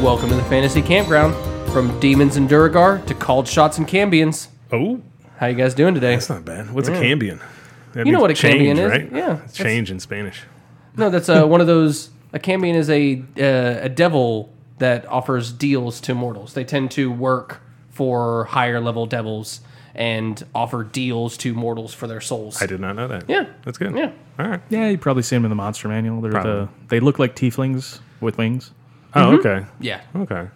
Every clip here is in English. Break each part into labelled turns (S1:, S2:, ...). S1: Welcome to the Fantasy Campground. From demons and Duragar to called shots and Cambians.
S2: Oh,
S1: How you guys doing today?
S2: that's not bad. What's a cambion? That
S1: You know
S2: means
S1: what a cambion is.
S2: right?
S1: Yeah, that's-
S2: It's change in Spanish.
S1: No, that's uh, one of those. A cambion is a uh, a devil that offers deals to mortals. They tend to work for higher level devils and offer deals to mortals for their souls.
S2: I did not know that.
S1: Yeah.
S2: that's good.
S1: Yeah.
S2: all right.
S3: Yeah, you probably see them in the Monster Manual. They're
S2: Probably.
S3: the they look like tieflings with wings.
S2: Oh,
S1: Mm-hmm.
S2: okay,
S1: Yeah.
S2: okay,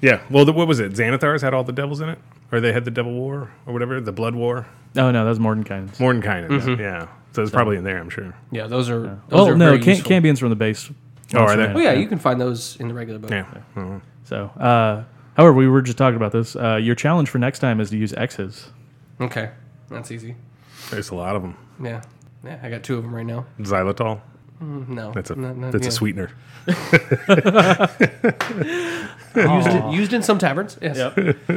S2: yeah. Well, the, what was it? Xanathars had all the devils in it, or they had the Devil War or whatever, the Blood War.
S3: Oh no, that was Mordenkainen's.
S2: Mordenkainen.
S1: Mm-hmm.
S2: Yeah, so it's probably in there. I'm sure.
S1: Yeah, those are. Those
S3: Oh
S1: are
S3: no,
S1: very
S3: Cam-
S1: useful.
S3: Cambions from the base.
S2: Oh, are
S3: Monster
S2: they?
S3: Manual.
S1: Oh, yeah, you can find those in the regular book.
S2: Yeah. Mhm.
S3: So, uh, however, we were just talking about this. Uh, your challenge for next time is to use X's.
S1: Okay, that's easy.
S2: There's a lot of them.
S1: Yeah, yeah, I got two of them right now.
S2: Xylitol.
S1: No,
S2: That's a
S1: not- not-
S2: that's
S1: yeah.
S2: a sweetener.
S1: Used,
S2: Oh.
S1: in- used in some taverns. Yes.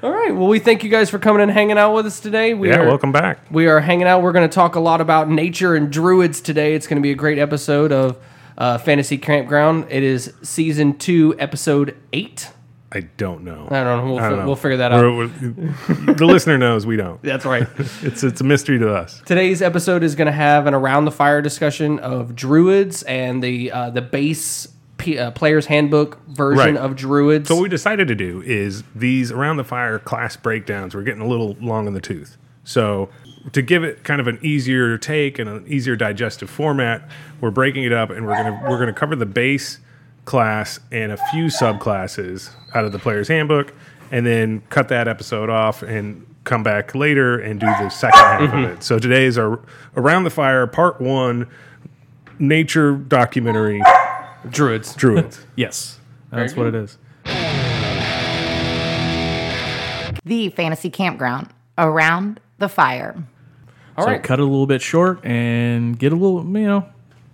S1: All right. Well, we thank you guys for coming and hanging out with us today. We
S2: Yeah.
S1: are-
S2: Welcome back.
S1: We are hanging out. We're going to talk a lot about nature and druids today. It's going to be a great episode of uh, Fantasy Campground. It is season two, episode eight.
S2: I don't know.
S1: I don't know. We'll,
S2: I don't
S1: fi-
S2: know.
S1: we'll figure that out.
S2: We're- we're- the listener knows. We don't.
S1: That's right.
S2: It's it's a mystery to us.
S1: Today's episode is going to have an around the fire discussion of druids and the uh, the base P- uh, player's handbook version
S2: Right.
S1: of druids.
S2: So what we decided to do is these around the fire class breakdowns were getting a little long in the tooth. So to give it kind of an easier take and an easier digestive format, we're breaking it up and we're gonna we're gonna cover the base class and a few subclasses out of the player's handbook, and then cut that episode off and come back later and do the second half of it. So today is our around the fire part one nature documentary
S1: druids.
S2: druids.
S3: Yes, that's
S1: Very
S3: what it is.
S4: the fantasy campground around the fire.
S1: All
S3: so
S1: right.
S3: cut it a little bit short and get a little you know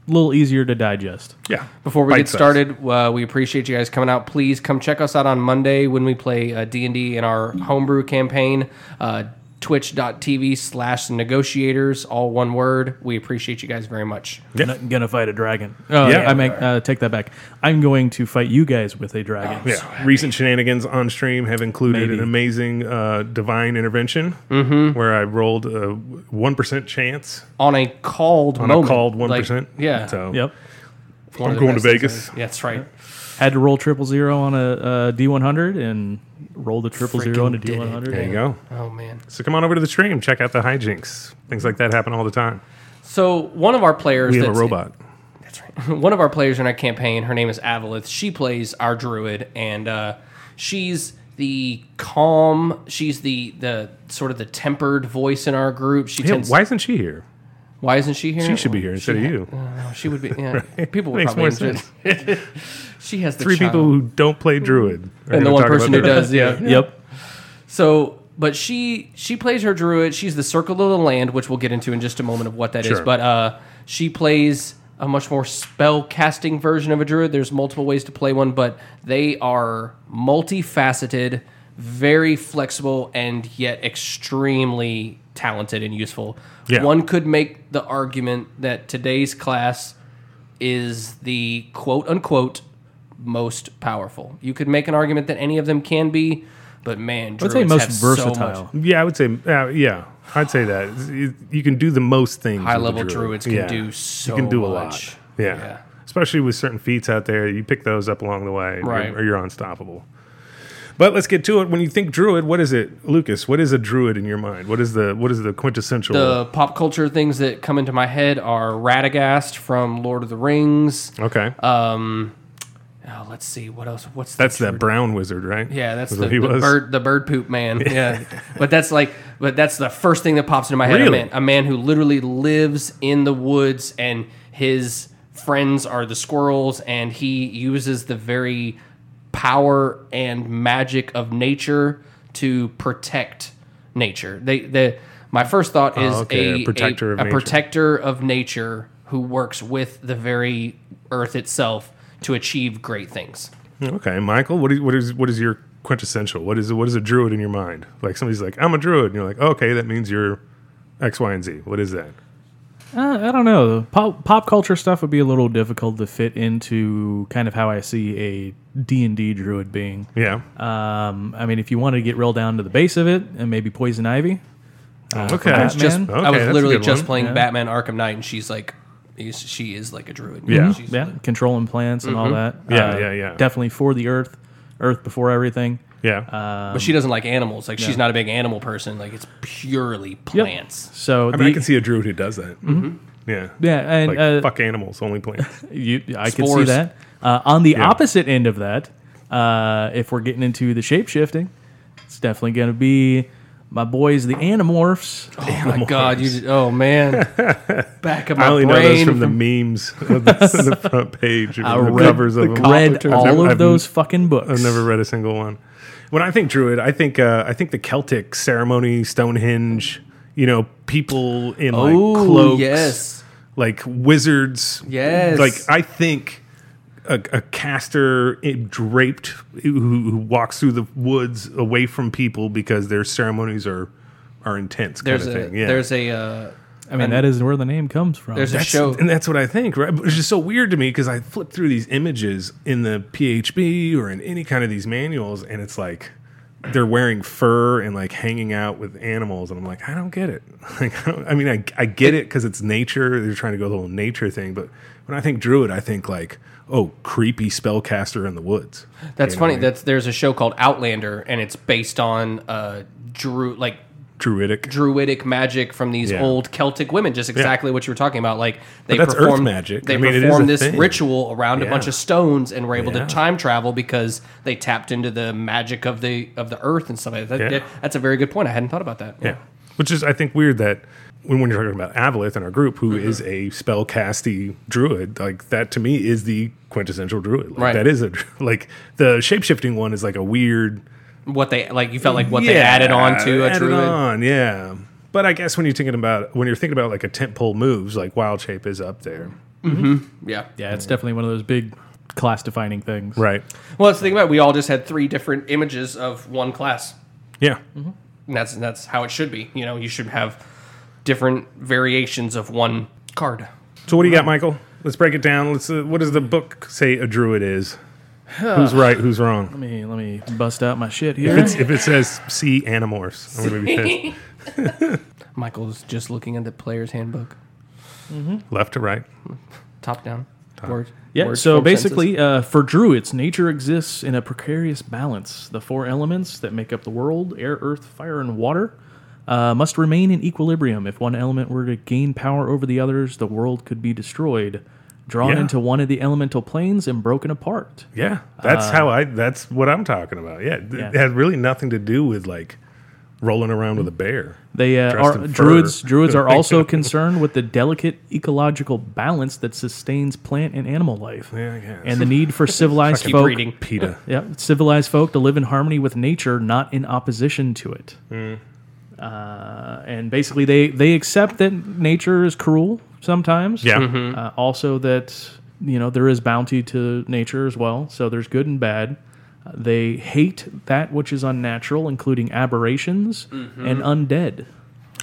S3: a little easier to digest.
S2: Yeah.
S1: Before we get
S2: Bite-sized.
S1: started, uh, we appreciate you guys coming out. Please come check us out on Monday when we play uh, D and D in our homebrew campaign. Uh, Twitch.tv slash negotiators, all one word. We appreciate you guys very much.
S3: Not gonna fight a dragon. Oh,
S2: Yeah.
S3: yeah, I make uh, take that back. I'm going to fight you guys with a dragon.
S2: Yeah. Recent shenanigans on stream have included
S3: Maybe.
S2: an amazing uh, divine intervention
S1: Mm-hmm.
S2: where I rolled a one percent chance
S1: On a called
S2: on
S1: moment.
S2: a called
S1: Oh Like,
S2: one percent.
S1: yeah.
S2: So
S3: Yep.
S1: One of the
S2: I'm going to
S1: best things
S2: Vegas.
S1: ever. Yeah, that's right.
S3: Had to roll triple zero on a, a D100 and roll the triple zero on a
S1: Freaking did it.
S3: D100.
S2: There you go.
S1: Oh, man.
S2: So come on over to the stream, check out the hijinks. Things like that happen all the time.
S1: So, one of our players.
S2: We have a
S1: that's-
S2: robot.
S1: one of our players in our campaign, her name is Avalith. She plays our druid, and uh, she's the calm. She's the the sort of the tempered voice in our group. She
S2: Yeah,
S1: tends.
S2: why isn't she here?
S1: why isn't she here?
S2: She should be here instead of you.
S1: No, she would be. Yeah, people would
S2: Makes
S1: probably.
S2: more
S1: enjoy- she has the
S2: Three
S1: child.
S2: people who don't play druid, are
S1: and
S2: gonna
S1: the one
S2: talk
S1: person who
S2: about that.
S1: does. Yeah.
S3: Yep.
S1: So, but she she plays her druid. She's the circle of the land, which we'll get into in just a moment of what that is.
S2: Sure.
S1: But uh, she plays a much more spell casting version of a druid. There's multiple ways to play one, but they are multifaceted, very flexible, and yet extremely talented and useful.
S2: Yeah.
S1: One could make the argument that today's class is the quote unquote most powerful. You could make an argument that any of them can be, but man,
S3: I'd
S1: druids
S3: say most
S1: have so much
S3: versatile.
S2: Yeah, I would say. Uh, yeah, I'd say that You- you can do the most things.
S1: High
S2: with a
S1: level
S2: druid.
S1: druids can
S2: Yeah.
S1: do so
S2: you can do a
S1: much.
S2: lot. Yeah.
S1: Yeah.
S2: Especially with certain feats out there, you pick those up along the way, and
S1: Right.
S2: you're- Or you're unstoppable. But let's get to it. When you think druid, what is it, Lucas? What is a druid in your mind? What is the what is the quintessential?
S1: The pop culture things that come into my head are Radagast from Lord of the Rings.
S2: okay,
S1: Um, oh, let's see what else. What's
S2: that's
S1: the
S2: that brown wizard, right?
S1: Yeah, that's
S2: Is
S1: the,
S2: what he
S1: the
S2: was.
S1: bird the bird poop man. Yeah. but that's like but that's the first thing that pops into my head. A
S2: Really?
S1: man a man who literally lives in the woods and his friends are the squirrels and he uses the very power and magic of nature to protect nature. They the my first thought is
S2: Oh, okay,
S1: a,
S2: a protector of
S1: a
S2: nature.
S1: protector of nature who works with the very earth itself to achieve great things.
S2: Okay, Michael, what is what is what is your quintessential? What is what is a druid in your mind? Like somebody's like, I'm a druid, and you're like, okay, that means you're X, Y, and Z. What is that?
S3: Uh, I don't know. Pop, pop culture stuff would be a little difficult to fit into kind of how I see a D&D druid being.
S2: Yeah.
S1: Uh,
S3: Um, I mean, if you wanted to get real down to the base of it and maybe Poison Ivy.
S2: okay.
S3: Batman.
S2: That's just-
S1: I
S3: I
S2: okay, that's
S1: was
S2: a
S1: literally
S2: good
S1: just
S2: one.
S1: playing Batman Arkham Knight, and she's like, is- she is like a druid.
S2: Yeah.
S1: She's
S3: Yeah,
S1: like-
S3: controlling plants and all that.
S2: Mm-hmm.
S3: Uh,
S2: Yeah, yeah, yeah.
S3: Definitely for the earth, earth before everything.
S2: Yeah.
S3: Um,
S1: but she doesn't like animals. Like she's not a big animal person. Like it's purely plants.
S3: So
S2: I mean, I
S3: the-
S2: can see a druid who does that.
S1: Mm-hmm.
S2: Yeah.
S3: yeah, and
S2: Like
S3: uh,
S2: fuck animals, only plants.
S3: You, I could see
S1: Spores.
S3: that. Uh, on the opposite end of that, uh, if we're getting into the shape shifting, it's definitely going to be my boys, the Animorphs.
S1: Oh my god! You just, oh man, back of my
S2: I only
S1: brain.
S2: know those from the memes of the, on the front page, of the
S3: read-
S2: covers of them.
S3: read all
S2: I've
S3: of
S2: never- I've
S3: those fucking books.
S2: I've never read a single one. When I think druid, I think uh, I think the Celtic ceremony, Stonehenge. You know, people in like
S1: Oh,
S2: cloaks,
S1: yes.
S2: like wizards.
S1: Yes.
S2: like I think a, a caster eh, draped who, who walks through the woods away from people because their ceremonies are are intense.
S1: there's
S2: kind
S1: a
S2: of thing. Yeah,
S1: there's a uh,
S3: I mean, that is where the name comes from.
S1: there's a
S2: That's-
S1: show.
S2: and that's what I think, right? But It's just so weird to me because I flip through these images in the PHB or in any kind of these manuals, and it's like they're wearing fur and like hanging out with animals, and I'm like, I don't get it. Like, I, don't, I mean, I, I get it because it's nature. They're trying to go the whole nature thing, but when I think druid, I think like, oh, creepy spellcaster in the woods.
S1: That's
S2: You know,
S1: funny.
S2: like,
S1: That's there's a show called Outlander, and it's based on uh, Drew like
S2: druidic.
S1: druidic magic from these
S2: Yeah.
S1: old Celtic women, just exactly what you were talking about. Like they
S2: that's
S1: perform
S2: earth magic.
S1: They
S2: I mean, it is
S1: perform
S2: a
S1: this
S2: thing.
S1: ritual around a bunch
S2: Yeah.
S1: of stones and were able
S2: Yeah.
S1: to time travel because they tapped into the magic of the of the earth and stuff like that. That-
S2: Yeah.
S1: That's a very good point. I hadn't thought about that.
S2: Yeah. Which is, I think, weird that when, when you're talking about Avalith in our group, who is
S1: Mm-hmm.
S2: a spellcasty druid, like that to me is the quintessential druid. Like,
S1: Right.
S2: That is a, dru- like, the shapeshifting one is like a weird.
S1: What they like you felt like what they added on to a
S2: added
S1: druid.
S2: on, yeah. But I guess when you're thinking about, when you're thinking about like a tent pole moves, like Wild Shape is up there.
S1: Yeah.
S3: yeah, it's definitely one of those big class defining things.
S2: Right.
S1: Well let's think about it. we all just had three different images of one class.
S2: Yeah.
S1: Mm-hmm. And that's and that's how it should be. You know, you should have different variations of one card.
S2: So what do you got, Michael? Let's break it down. Let's. Uh, what does the book say a druid is? who's right? Who's wrong?
S3: Let me, let me bust out my shit
S2: If,
S3: here.
S2: it's, if it says see animorphs, I'm gonna be pissed.
S1: Michael's just looking at the player's handbook.
S2: Left to right.
S1: Top down. Word,
S3: Yeah,
S1: word
S3: so
S1: form
S3: basically, uh, for druids, nature exists in a precarious balance. The four elements that make up the world air, earth, fire, and water uh, must remain in equilibrium. If one element were to gain power over the others, the world could be destroyed, drawn
S2: Yeah.
S3: into one of the elemental planes, and broken apart.
S2: Yeah, that's how I. That's what I'm talking about. Um, Yeah, th-
S3: Yeah.
S2: it had really nothing to do with like rolling around with a bear.
S3: They uh,
S2: Dressed
S3: are
S2: in fur.
S3: druids. Druids are also concerned with the delicate ecological balance that sustains plant and animal life,
S2: Yeah, I guess.
S3: and the need for civilized
S1: sentences. Keep
S3: folk.
S1: reading.
S2: PETA.
S3: Yeah, civilized folk to live in harmony with nature, not in opposition to it. Uh, and basically, they they accept that nature is cruel sometimes.
S2: Yeah,
S1: Mm-hmm.
S3: Uh, also, that you know there is bounty to nature as well. So there's good and bad. Uh, They hate that which is unnatural, including aberrations and undead.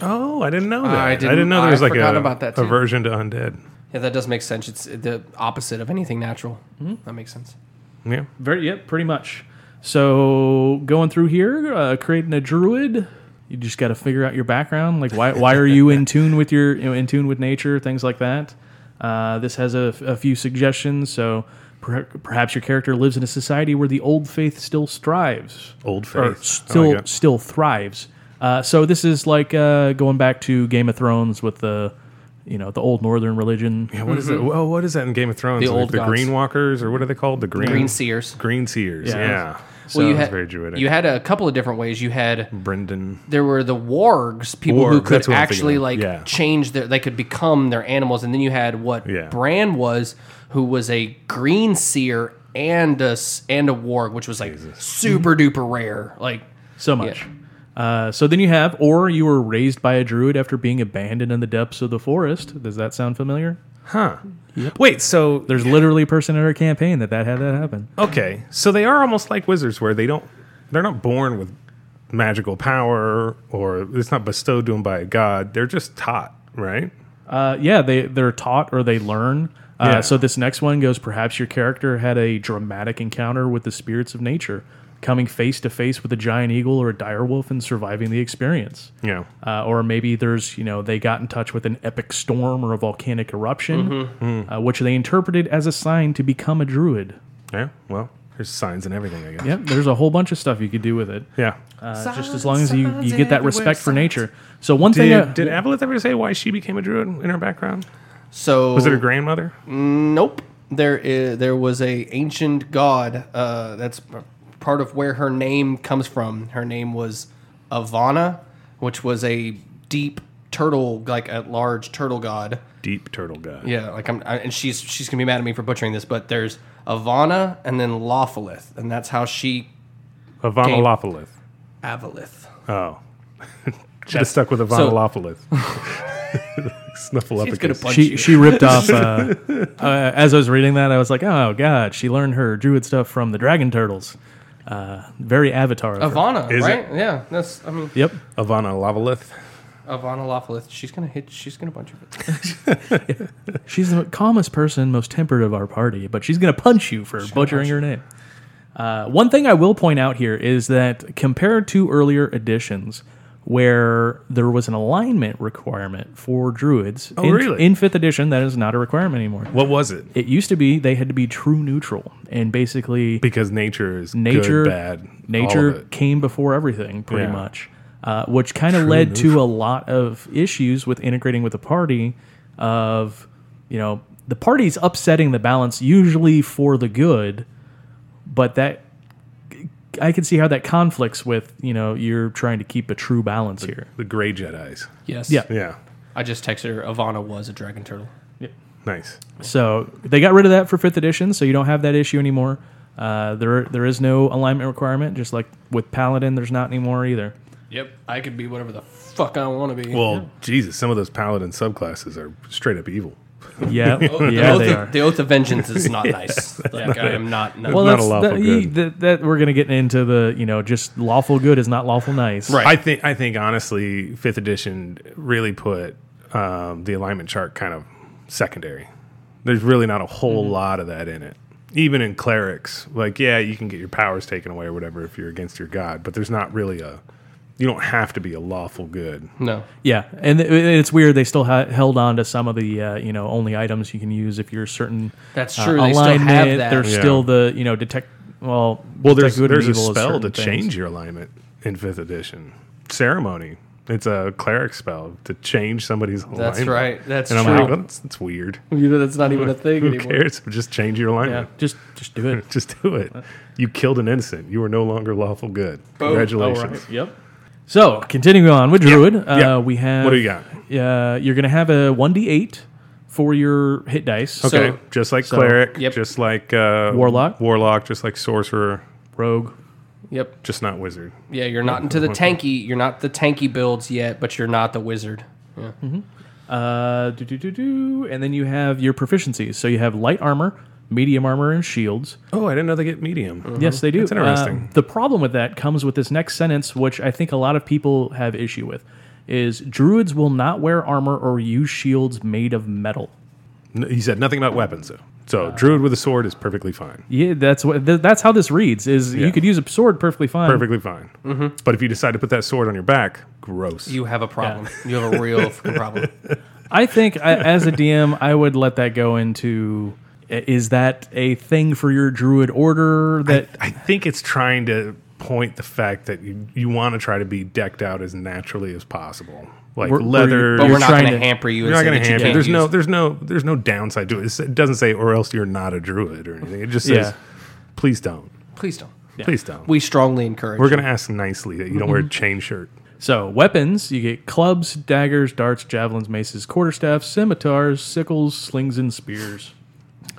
S2: Oh, I didn't know that. I
S1: I
S2: didn't,
S1: didn't-
S2: know there was
S1: I
S2: like
S1: forgot
S2: a,
S1: about that, too.
S2: aversion to undead.
S1: Yeah, that does make sense. It's the opposite of anything natural.
S2: Hmm?
S1: That makes sense.
S2: Yeah,
S3: Very yep, pretty much. So going through here, uh, creating a druid, you just got to figure out your background. Like why why are you in tune with your you know, in tune with nature, things like that. Uh, this has a, a few suggestions. So per, perhaps your character lives in a society where the old faith still strives
S2: old
S3: or
S2: faith. I
S3: still
S2: like it.
S3: still thrives. Uh, so this is like uh, going back to Game of Thrones with the you know the old northern religion.
S2: Yeah, what is it? Well, what is that in Game of Thrones?
S1: Mm-hmm. The
S2: Like,
S1: old
S2: the
S1: gods.
S2: Green Walkers, or what are they called? The Green
S1: Green seers.
S2: Green Seers. Yeah.
S3: Yeah.
S1: well, you
S2: Sounds
S1: had
S2: very Druidic.
S1: you had a couple of different ways. You had
S2: Brendan.
S1: there were the wargs, people who
S2: Warg,
S1: could
S2: that's what I'm thinking
S1: actually
S2: of,
S1: like
S2: yeah.
S1: change their, they could become their animals, and then you had what
S2: Yeah.
S1: Bran was, who was a green seer and a s- and a warg, which was like super duper rare. Like
S3: So much. Uh, so then you have, or you were raised by a druid after being abandoned in the depths of the forest. Does that sound familiar?
S2: Huh. Wait. So
S3: There's literally a person in our campaign that that had that happen.
S2: Okay, so they are almost like wizards, where they don't, they're not born with magical power, or it's not bestowed to them by a god. They're just taught, right?
S3: Uh, yeah, they they're taught or they learn. Uh,
S2: Yeah.
S3: So this next one goes. Perhaps your character had a dramatic encounter with the spirits of nature, coming face to face with a giant eagle or a dire wolf and surviving the experience.
S2: Yeah.
S3: Uh, or maybe there's you know they got in touch with an epic storm or a volcanic eruption, uh, which they interpreted as a sign to become a druid.
S2: Yeah. Well, there's signs and everything, I guess.
S3: Yep, there's a whole bunch of stuff you could do with it.
S2: Yeah.
S3: Uh, just as long as you, you get that respect for nature. So one
S2: Did,
S3: thing, uh,
S2: did Avalith ever say why she became a druid in her background?
S1: So
S2: Was it her grandmother?
S1: Nope. There is there was a ancient god. Uh, that's p- part of where her name comes from. Her name was Ivana, which was a deep turtle, like a large turtle god.
S2: Deep turtle god.
S1: Yeah, like I'm, I, and she's she's gonna be mad at me for butchering this, but there's Ivana and then Lawfulith, and that's how she Came-
S2: Avanalophilith.
S1: Avalith.
S2: Oh. Should have stuck with Avanalophilith. Snuffle up
S1: She's gonna punch
S3: she
S1: you.
S3: she ripped off. Uh, uh, as I was reading that, I was like, oh god, she learned her druid stuff from the dragon turtles. Uh, very avatar. Of her.
S1: Ivana,
S2: Is it?
S1: right? Yeah, that's I mean
S3: Yep,
S2: Avanalophilith.
S1: Ivana Lawfulith. She's gonna hit. She's gonna punch you.
S3: she's the calmest person, most tempered of our party, but she's gonna punch you for butchering her name. Uh, one thing I will point out here is that compared to earlier editions, where there was an alignment requirement for druids,
S2: Oh,
S3: in,
S2: really?
S3: in fifth edition, that is not a requirement anymore.
S2: What was it?
S3: It used to be they had to be true neutral and basically
S2: Because nature is
S3: nature
S2: good, bad. all of
S3: nature
S2: it.
S3: came before everything pretty
S2: Yeah.
S3: much uh, which kind of led to a lot of issues with integrating with the party of you know the party's upsetting the balance usually for the good but that i can see how that conflicts with you know you're trying to keep a true balance here
S2: The gray Jedi's.
S1: Yes.
S3: Yeah.
S2: Yeah.
S1: I just texted her. Ivana was a dragon turtle.
S2: Nice.
S3: So they got rid of that for fifth edition, so you don't have that issue anymore. Uh, there, there is no alignment requirement, just like with Paladin, there's not anymore either.
S1: Yep. I could be whatever the fuck I want to be.
S2: Well, Jesus, some of those paladin subclasses are straight up evil.
S3: Yeah,
S2: Oh,
S1: the,
S3: yeah,
S1: oath
S3: they
S1: of,
S3: are.
S1: the oath of vengeance is not nice. Like I am not. No.
S3: Well,
S2: Not
S3: that's
S2: a lawful
S3: that, you-
S2: good.
S3: that, that we're gonna get into the you know just lawful good is not lawful nice.
S1: Right.
S2: I think I think honestly, fifth edition really put um, the alignment chart kind of secondary. There's really not a whole lot of that in it. Even in clerics, like yeah, you can get your powers taken away or whatever if you're against your god, but there's not really a. You don't have to be a lawful good.
S1: no.
S3: Yeah, and it- it's weird they still ha- held on to some of the uh, you know only items you can use if you're certain.
S1: That's
S3: uh,
S1: true. they still have
S3: alignment.
S1: that.
S3: There's
S2: Yeah.
S3: still the you know detect. Well,
S2: Well,
S3: detect
S2: there's
S3: good and
S2: there's a
S3: evil is
S2: spell to
S3: certain things.
S2: change your alignment in fifth edition. Ceremony. It's a cleric spell to change somebody's alignment.
S1: That's right. That's
S2: and I'm
S1: true.
S2: like, "Well, that's, that's weird.
S1: you know, that's not even a thing
S2: Who
S1: anymore.
S2: cares? Just change your
S3: Yeah,
S2: alignment.
S3: just just do it.
S2: Just do it. You killed an innocent. You are no longer lawful good. Congratulations.
S3: Yep. So continuing on with Druid, uh,
S2: yeah.
S3: we have.
S2: What do you got?
S3: Uh, you're going to have a one d eight for your hit dice.
S2: Okay,
S1: So-
S2: just like cleric,
S1: Yep.
S2: just like uh,
S3: Warlock?
S2: warlock, just like sorcerer,
S3: Rogue.
S1: Yep.
S2: just not wizard.
S1: Yeah, you're not into the tanky. You're not the tanky builds yet, but you're not the wizard. Yeah.
S3: Uh, do do do do, and then you have your proficiencies. So you have light armor, medium armor, and shields.
S2: Oh, I didn't know they get medium.
S1: Mm-hmm.
S3: Yes, they do.
S2: That's
S3: Uh,
S2: interesting.
S3: the problem with that comes with this next sentence, which I think a lot of people have issue with, is druids will not wear armor or use shields made of metal.
S2: N- He said nothing about weapons though. So druid with a sword is perfectly fine.
S3: Yeah, that's what th- that's how this reads. Is
S2: Yeah.
S3: you could use a sword perfectly fine.
S2: Perfectly fine. But if you decide to put that sword on your back, gross.
S1: You have a problem. You have a real fucking problem.
S3: I think I, as a DM, I would let that go into. i- Is that a thing for your druid order? That
S2: I think it's trying to point the fact that you, you want to try to be decked out as naturally as possible, like
S3: We're- we're-
S2: leather.
S1: But
S3: You're
S1: we're not
S3: trying
S1: going to
S3: to-
S1: hamper you.
S2: You're not going to hamper.
S1: hamper.
S2: There's no, there's no, there's no downside to it. It's- It doesn't say, or else you're not a druid or anything. It just says,
S3: Yeah.
S2: please don't,
S1: Please don't.
S2: please don't. We, Mm-hmm.
S1: We strongly encourage.
S2: are going to ask nicely that you don't wear a chain shirt.
S3: so weapons you get clubs, daggers, darts, javelins, maces, quarterstaffs, scimitars, sickles, slings, and spears.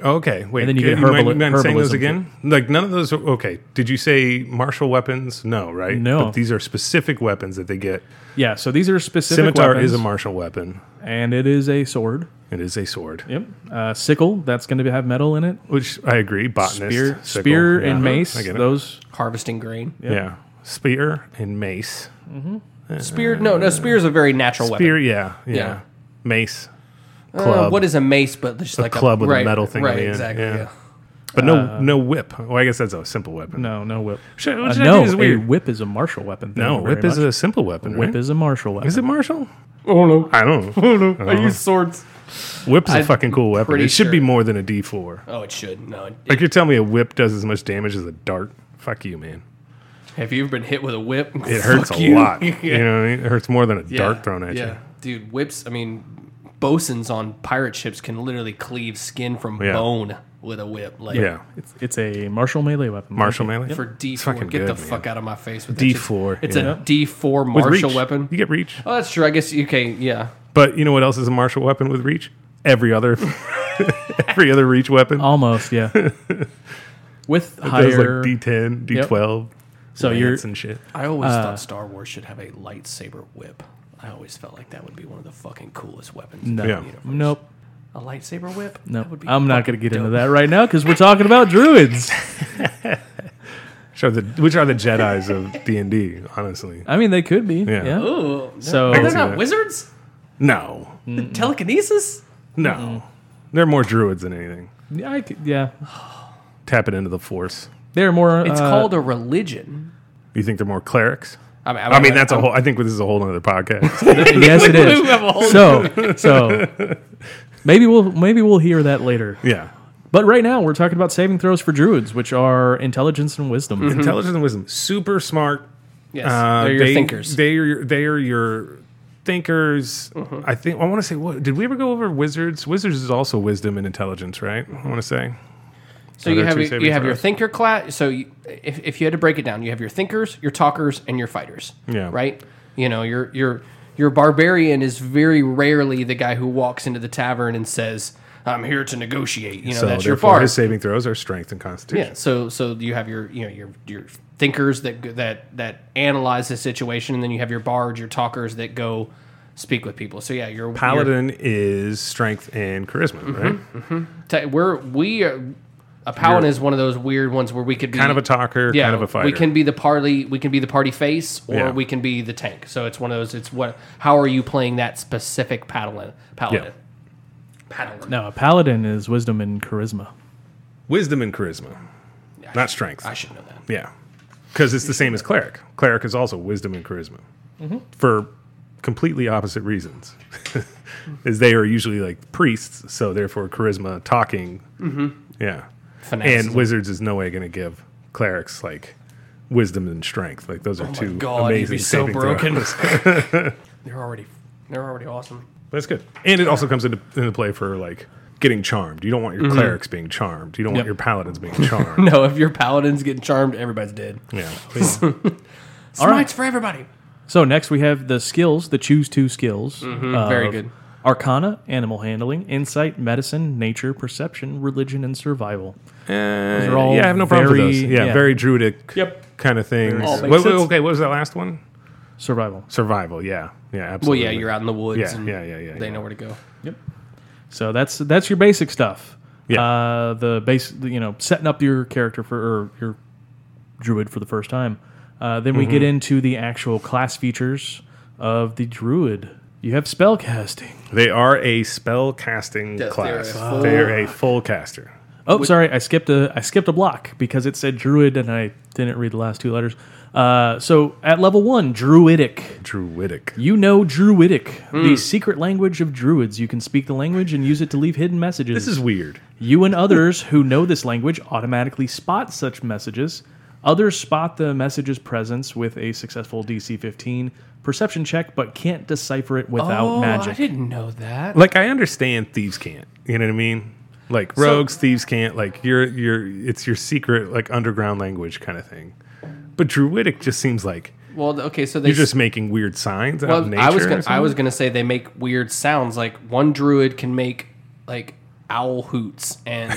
S2: Okay, wait. And
S3: then you get
S2: mind,
S3: herbali-
S2: mind saying those
S3: herbalism.
S2: again? Like none of those. are- Okay, did you say martial weapons? No, right?
S3: No.
S2: But these are specific weapons that they get.
S3: Yeah, so these are specific
S2: Scimitar
S3: weapons,
S2: is a martial weapon.
S3: and it is a sword.
S2: It is a sword.
S3: Yep, uh, sickle that's going to have metal in it.
S2: Which I agree. Botanist.
S3: Spear,
S2: sickle,
S3: spear,
S2: yeah.
S3: and mace.
S2: I get it.
S3: Those
S1: harvesting grain.
S2: Yeah. Spear and mace.
S1: Spear. No, no. Spear is a very natural
S2: Spear,
S1: weapon.
S2: yeah, yeah.
S1: Yeah.
S2: Mace.
S1: Uh,
S2: club.
S1: what is a mace? But just like
S2: club with a
S1: right,
S2: metal thing on
S1: Right,
S2: the end,
S1: exactly.
S2: yeah.
S1: yeah.
S2: But no, no whip. Well, I guess that's a simple weapon.
S3: No, no whip.
S2: Shit,
S3: Uh,
S2: which I
S3: no,
S2: think is
S3: a
S2: weird.
S3: whip is a martial weapon.
S2: No, whip is a simple weapon.
S3: whip
S2: right?
S3: is a martial weapon.
S2: Is it martial?
S1: Oh no!
S2: I don't know.
S1: I use swords.
S2: Whip is a
S1: I'm
S2: fucking cool weapon.
S1: pretty
S2: It should be
S1: sure.
S2: more than a D four.
S1: Oh, it should. No. it-
S2: Like you're telling me a whip does as much damage as a dart. Fuck you, man.
S1: have you ever been hit with a whip?
S2: It hurts a lot. You know, what I mean? it hurts more than a dart thrown at you.
S1: Dude, whips, I mean, bosuns on pirate ships can literally cleave skin from
S2: Yeah.
S1: bone with a whip. Like,
S2: Yeah,
S3: It's, it's a martial melee weapon.
S2: martial melee
S1: For D4,
S2: It's fucking
S1: get
S2: good,
S1: the
S2: man.
S1: fuck out of my face with that shit.
S2: D4,
S1: It's
S2: yeah.
S1: a D4
S2: With
S1: martial
S2: reach.
S1: weapon.
S2: You get reach,
S1: Oh, that's true. I guess you can, yeah.
S2: but you know what else is a martial weapon with reach? Every other, every other reach weapon.
S3: Almost, yeah. With
S2: There's like
S3: higher,
S2: D10, D12,
S3: so you're
S2: lance and shit.
S1: I always thought Star Wars should have a lightsaber whip. I always felt like that would be one of the fucking coolest weapons.
S3: no,
S2: Yeah.
S3: nope,
S1: A lightsaber whip?
S3: no.
S1: That would be
S3: I'm not
S1: fucking
S3: going to get
S1: dope.
S3: into that right now because we're talking about druids.
S2: Which are the which are the Jedi's of D and D? Honestly,
S3: I mean, they could be.
S2: Yeah.
S3: Yeah.
S1: Ooh,
S3: So-
S1: so
S3: I can
S1: they're
S2: see
S1: not
S2: that.
S1: wizards.
S2: no,
S1: Telekinesis.
S2: no, they're more druids than anything.
S3: Yeah, I could, yeah.
S2: Tapping into the force.
S3: They're more.
S1: It's
S3: uh,
S1: called a religion.
S2: You think they're more clerics?
S1: I mean,
S2: I mean, that's a whole. I think this is a whole other podcast.
S3: Yes, it
S1: We have a whole-
S3: is. So, so maybe we'll maybe we'll hear that later.
S2: yeah,
S3: But right now, we're talking about saving throws for druids, which are intelligence and wisdom.
S1: Mm-hmm.
S2: intelligence and wisdom. Super smart.
S1: Yes,
S2: Uh,
S1: they're your thinkers.
S2: They are. your- They are your thinkers.
S1: Mm-hmm.
S2: I think. I want to say. What did we ever go over? Wizards. Wizards is also wisdom and intelligence, right? I want to say.
S1: so you
S2: there are
S1: have
S2: two
S1: your-
S2: saving
S1: you have your
S2: throws.
S1: thinker class. So you, if if you had to break it down, you have your thinkers, your talkers, and your fighters.
S2: Yeah.
S1: Right. You know, your your your barbarian is very rarely the guy who walks into the tavern and says, "I'm here to negotiate." You know,
S2: so
S1: that's your
S2: therefore,
S1: part.
S2: His saving throws are strength and constitution.
S1: Yeah. So so you have your you know your your thinkers that go- that that analyze the situation, and then you have your bards, your talkers that go speak with people. So yeah, your your-
S2: Paladin is strength and charisma, right?
S1: Mm-hmm. ta- we're we are, a paladin
S2: You're-
S1: is one of those weird ones where we could be
S2: Kind of a talker, kind of a fighter.
S1: We can be the party, we can be the party face, or
S2: Yeah.
S1: we can be the tank. So it's one of those. It's what? How are you playing that specific paladin? Paladin. Paladin.
S3: No, a paladin is wisdom and charisma.
S2: wisdom and charisma, not strength.
S1: I should know that.
S2: Yeah, because it's the same as cleric. Cleric is also wisdom and charisma
S1: Mm-hmm.
S2: for completely opposite reasons. Is they are usually like priests, so therefore charisma, talking, yeah,
S1: Mm-hmm. Fanaticism.
S2: and wizards is no way going to give clerics like wisdom and strength. Like those are two
S1: Oh God, you'd
S2: amazing.
S1: be so
S2: saving throws.
S1: broken. they're already they're already awesome.
S2: That's good, and it also comes into, into play for like getting charmed. You don't want your
S1: Mm-hmm.
S2: clerics being charmed. You don't want your paladins being charmed.
S1: No, if your paladin's getting charmed, everybody's dead.
S2: Yeah,
S1: Smites for everybody.
S3: So next we have the skills, the choose two skills. uh,
S2: Uh,
S3: of
S1: Very good.
S3: Arcana, animal handling, insight, medicine, nature, perception, religion, and survival. are all
S2: Uh, yeah, I have no problem with
S3: very-
S2: those. Yeah,
S3: yeah.
S2: very druidic
S1: Yep.
S2: kind of things.
S1: All makes
S2: Wait, wait,
S1: sense.
S2: okay, what was that last one?
S3: Survival.
S2: Survival, yeah. Yeah,
S1: Well,
S2: absolutely.
S1: yeah, you're out in the woods.
S2: Yeah,
S1: and
S2: yeah, yeah, yeah,
S1: They
S2: yeah.
S1: know where to go.
S3: So that's that's your basic stuff.
S2: Yeah.
S3: Uh, the base, the, you know, setting up your character for or your druid for the first time. Uh, then we
S2: Mm-hmm.
S3: get into the actual class features of the druid. You have spell casting.
S2: They are a spell casting
S1: Yes,
S2: class.
S1: they are a full-
S2: They are a full caster.
S3: Oh, sorry, I skipped a I skipped a block because it said druid and I didn't read the last two letters. Uh, so at level one, druidic.
S2: Druidic.
S3: You know druidic,
S2: Hmm.
S3: the secret language of druids. You can speak the language and use it to leave hidden messages.
S2: This is weird.
S3: You and others who know this language automatically spot such messages. Others spot the message's presence with a successful DC 15 perception check, but can't decipher it without
S1: Oh, I
S2: Oh,
S3: magic.
S1: didn't know that.
S2: Like I understand thieves can't. You know what I mean? Like rogues, thieves can't. Like your your it's your secret like underground language kind of thing. But druidic just seems like
S1: Well, okay, so they
S2: you're just making weird signs out of
S1: Well,
S2: nature.
S1: I was
S2: or
S1: gonna, I
S2: something.
S1: was gonna say they make weird sounds. Like one druid can make like owl hoots and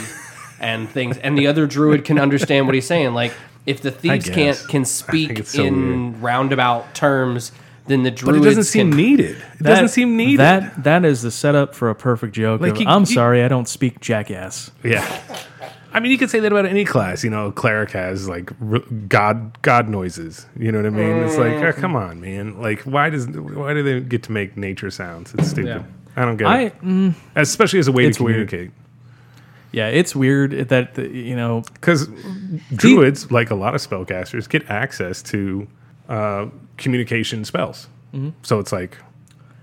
S1: and things, and the other druid can understand what he's saying. Like if the thieves can't
S2: guess.
S1: can
S2: I think
S1: speak
S2: it's so
S1: in roundabout terms, then the
S2: but
S1: druids
S2: it doesn't seem
S1: can,
S2: needed. It doesn't seem needed.
S3: That that is the setup for a perfect joke.
S2: Like
S3: of,
S2: you-
S3: I'm
S2: you-
S3: sorry, I don't speak jackass.
S2: Yeah. I mean, you could say that about any class. You know, a cleric has like r- god god noises. You know what I Mm. mean? It's like, oh, come on, man. Like, why does why do they get to make nature sounds? It's stupid. I don't get
S3: I
S2: it. Especially as a way to
S3: It's weird.
S2: communicate.
S3: yeah, it's weird that you know
S2: Because druids, like a lot of spellcasters, get access to uh, communication spells.
S3: Mm-hmm.
S2: So it's like,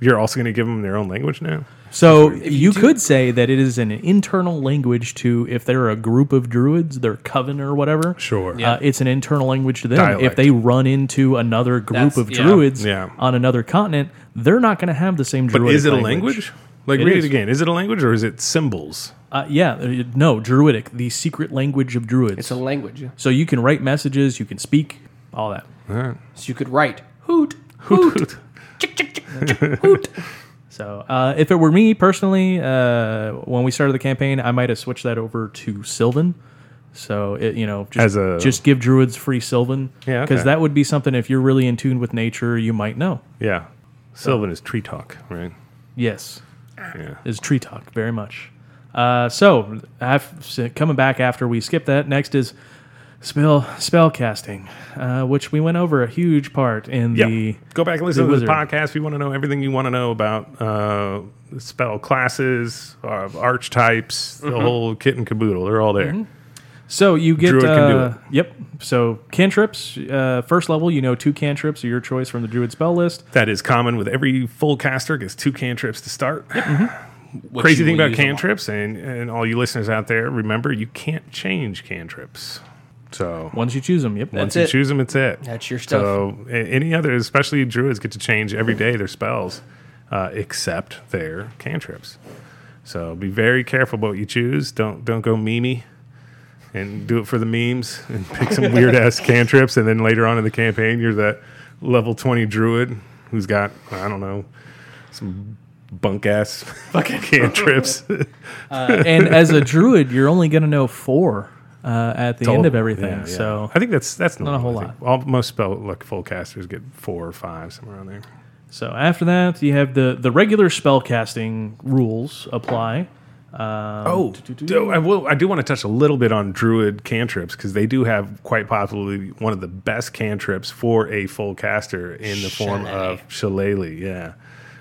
S2: you're also going to give them their own language now?
S3: So you could say that it is an internal language to if they're a group of druids, their coven or whatever.
S2: Sure.
S3: uh, it's an internal language to them.
S2: Dialect.
S3: If they run into another group
S1: That's-
S3: of
S1: yeah.
S3: druids
S2: Yeah.
S3: on another continent, they're not going to have the same.
S2: But
S3: Druidic
S2: is it a language? Like,
S3: It
S2: read
S3: is.
S2: it again. Is it a language or is it symbols?
S3: Uh, yeah, uh, no, druidic, the secret language of druids.
S1: It's a language.
S3: so you can write messages, you can speak, all that.
S1: So you could write hoot,
S2: Hoot,
S1: hoot,
S2: hoot.
S1: chick, chick, chick, chick, hoot.
S3: So, uh, if it were me personally, uh, when we started the campaign, I might have switched that over to Sylvan. So, it, you know, just,
S2: As a-
S3: just give druids free Sylvan.
S2: Yeah,
S3: Because
S2: okay.
S3: that would be something, if you're really in tune with nature, you might know.
S2: Yeah. Sylvan is tree talk, right?
S3: Yes,
S2: Yeah.
S3: is tree talk, very much. Uh, so, I've, coming back after we skip that, next is spell spell casting, uh, which we went over a huge part in
S2: Yeah.
S3: the.
S2: Go back and listen
S3: the
S2: to this
S3: wizard.
S2: podcast if you want to know everything you want to know about uh, spell classes, uh, archetypes, the whole kit and caboodle. They're all there.
S3: So you get
S2: Druid can do
S3: uh,
S2: it.
S3: Yep. So cantrips, uh, first level, you know two cantrips are your choice from the druid spell list.
S2: That is common with every full caster, gets two cantrips to start.
S1: Which
S2: Crazy
S1: you
S2: thing
S1: will
S2: about
S1: use a lot.
S2: cantrips, and, and all you listeners out there, remember you can't change cantrips. So
S3: Once you choose them, yep.
S1: That's
S2: once you
S1: it.
S2: choose them, it's it.
S1: That's your
S2: So a- any other, especially druids, get to change every day their spells, uh, except their cantrips. So be very careful about what you choose. Don't don't go memey and do it for the memes and pick some weird ass cantrips, and then later on in the campaign, you're that level twenty druid who's got I don't know some bunk ass fucking cantrips.
S3: and as a druid, you're only going to know four uh, at the end of
S2: Total.
S3: everything.
S2: Yeah, yeah.
S3: So
S2: I think that's that's
S3: a
S2: not
S3: whole
S2: All most spell like full casters get four or five somewhere on there.
S3: so after that, you have the the regular spell casting rules apply. Um,
S2: Oh, do- I will. I do want to touch a little bit on druid cantrips because they do have quite possibly one of the best cantrips for a full caster in the form
S1: Shillelagh.
S2: of shillelagh. Yeah,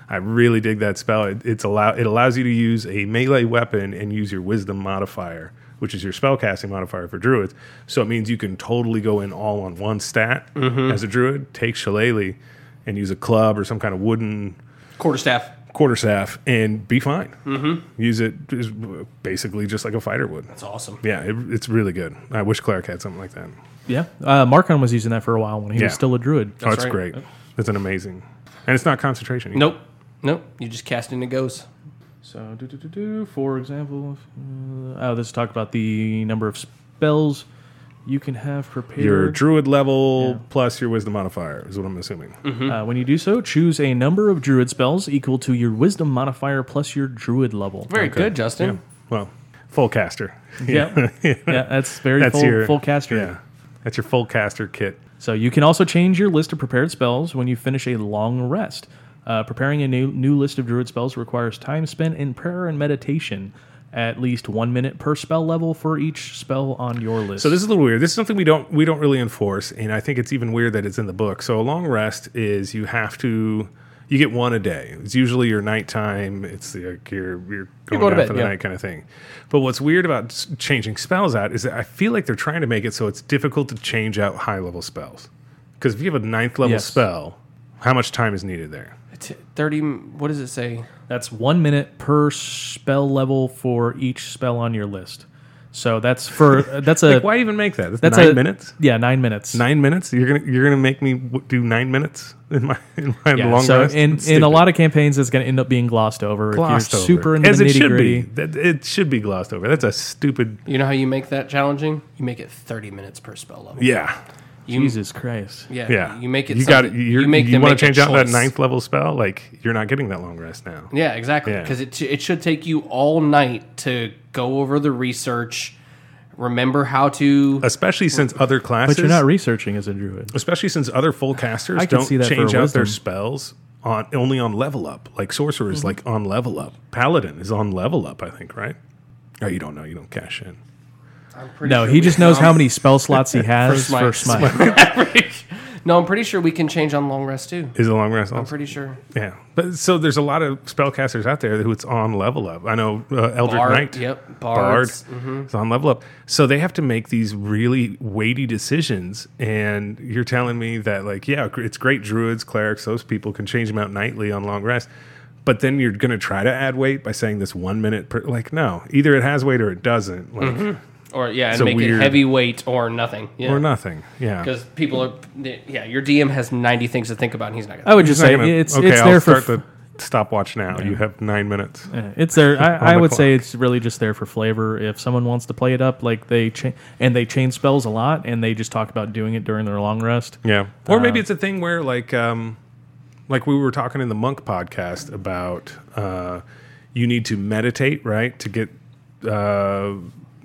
S2: I really dig that spell. It, it's allow it allows you to use a melee weapon and use your wisdom modifier, which is your spell casting modifier for druids. So it means you can totally go in all on one stat as a druid. Take shillelagh and use a club or some kind of wooden
S1: Quarterstaff.
S2: quarterstaff and be fine. Mm-hmm. Use it is basically just like a fighter would.
S1: That's awesome.
S2: Yeah, it, it's really good. I wish Clark had something like that.
S3: yeah. Uh, Markon was using that for a while when he
S2: Yeah.
S3: was still a druid.
S2: oh, it's
S1: right.
S2: great. It's an amazing, and it's not concentration. either.
S1: Nope. Nope. You just cast in it goes.
S3: So, do, do, do, do, for example, uh, oh, this talk about the number of spells you can have prepared.
S2: Your druid level plus your wisdom modifier is what I'm assuming.
S3: Uh, when you do so, choose a number of druid spells equal to your wisdom modifier plus your druid level.
S1: Very good,
S2: Yeah.
S1: Justin.
S2: Well, full caster.
S3: Yeah, yeah, that's very
S2: That's
S3: full,
S2: your
S3: full caster.
S2: Yeah, that's your full caster kit.
S3: So you can also change your list of prepared spells when you finish a long rest. Uh, preparing a new, new list of druid spells requires time spent in prayer and meditation, at least one minute per spell level for each spell on your list.
S2: So this is a little weird. This is something we don't we don't really enforce, and I think it's even weird that it's in the book. So a long rest is you have to you get one a day. It's usually your nighttime. It's the, like your you're going
S1: go to
S2: out
S1: bed,
S2: for the
S1: yeah.
S2: night kind of thing. But what's weird about s- changing spells out is that I feel like they're trying to make it so it's difficult to change out high level spells because if you have a ninth level
S3: Yes.
S2: spell, how much time is needed there?
S1: T- Thirty. m- What does it say?
S3: That's one minute per spell level for each spell on your list. So that's for that's a
S2: Why even make that? That's,
S3: Uh, that's
S2: nine
S3: a-
S2: minutes.
S3: Yeah, nine minutes.
S2: Nine minutes? You're gonna you're gonna make me w- do nine minutes in my in my
S3: Yeah,
S2: long
S3: so
S2: rest?
S3: in
S2: That's
S3: in a
S2: stupid.
S3: lot of campaigns, it's going to end up being glossed over. If
S2: glossed
S3: you're
S2: over.
S3: Super into
S2: as
S3: the
S2: it
S3: nitty
S2: should
S3: gritty.
S2: be. That, it should be glossed over. That's a stupid.
S1: You know how you make that challenging? You make it thirty minutes per spell level.
S2: Yeah,
S1: You,
S3: Jesus Christ.
S1: Yeah.
S2: yeah.
S1: You make it.
S2: You got it.
S1: something-
S2: You're, you
S1: make them
S2: want
S1: make
S2: to
S1: a
S2: change out that
S1: choice.
S2: ninth level spell? Like you're not getting that long rest now.
S1: Yeah, exactly.
S2: Yeah.
S1: Because it, it should take you all night to go over the research, remember how to.
S2: Especially since other classes,
S3: But you're not researching as a druid.
S2: especially since other full casters
S3: I can
S2: don't
S3: see that for
S2: change out
S3: wisdom. Mm-hmm.
S2: their spells on only on level up. Like sorcerer is like on level up. Paladin is on level up. I think right. Oh, you don't know. You don't cash in.
S1: I'm pretty
S3: No,
S1: sure
S3: he
S1: we
S3: just knows
S1: found-
S3: how many spell slots he has
S1: For
S3: for
S1: smite.
S3: smite.
S1: No, I'm pretty sure we can change on long rest too.
S2: Is a long rest.
S1: I'm
S2: also?
S1: pretty sure.
S2: Yeah, but so there's a lot of spellcasters out there who it's on level up. I know uh, Eldritch
S1: Bard,
S2: Knight,
S1: yep,
S2: Bard,
S1: bards,
S3: Mm-hmm.
S2: it's on level up. So they have to make these really weighty decisions, and you're telling me that like, yeah, gr- it's great druids, clerics, those people can change them out nightly on long rest, but then you're going to try to add weight by saying this one minute, per, like, no, either it has weight or it doesn't, like,
S3: Mm-hmm.
S1: Or yeah,
S2: a
S1: and make
S2: weird-
S1: it heavyweight or nothing. Yeah.
S2: or nothing. Yeah,
S1: Because people are, yeah, your DM has 90 things to think about, and he's not
S3: I
S1: gonna.
S3: would
S2: It's
S3: just
S2: not
S3: say
S2: gonna-
S3: it's
S2: okay,
S3: it's
S2: I'll
S3: there for
S2: start the stopwatch now. You have nine minutes.
S3: Yeah, it's there. I, I
S2: the
S3: would say
S2: clock.
S3: it's really just there for flavor. If someone wants to play it up, like they cha- and they change spells a lot, and they just talk about doing it during their long rest.
S2: Yeah. Or maybe
S1: Uh,
S2: it's a thing where like um like we were talking in the monk podcast about uh you need to meditate, right? To get uh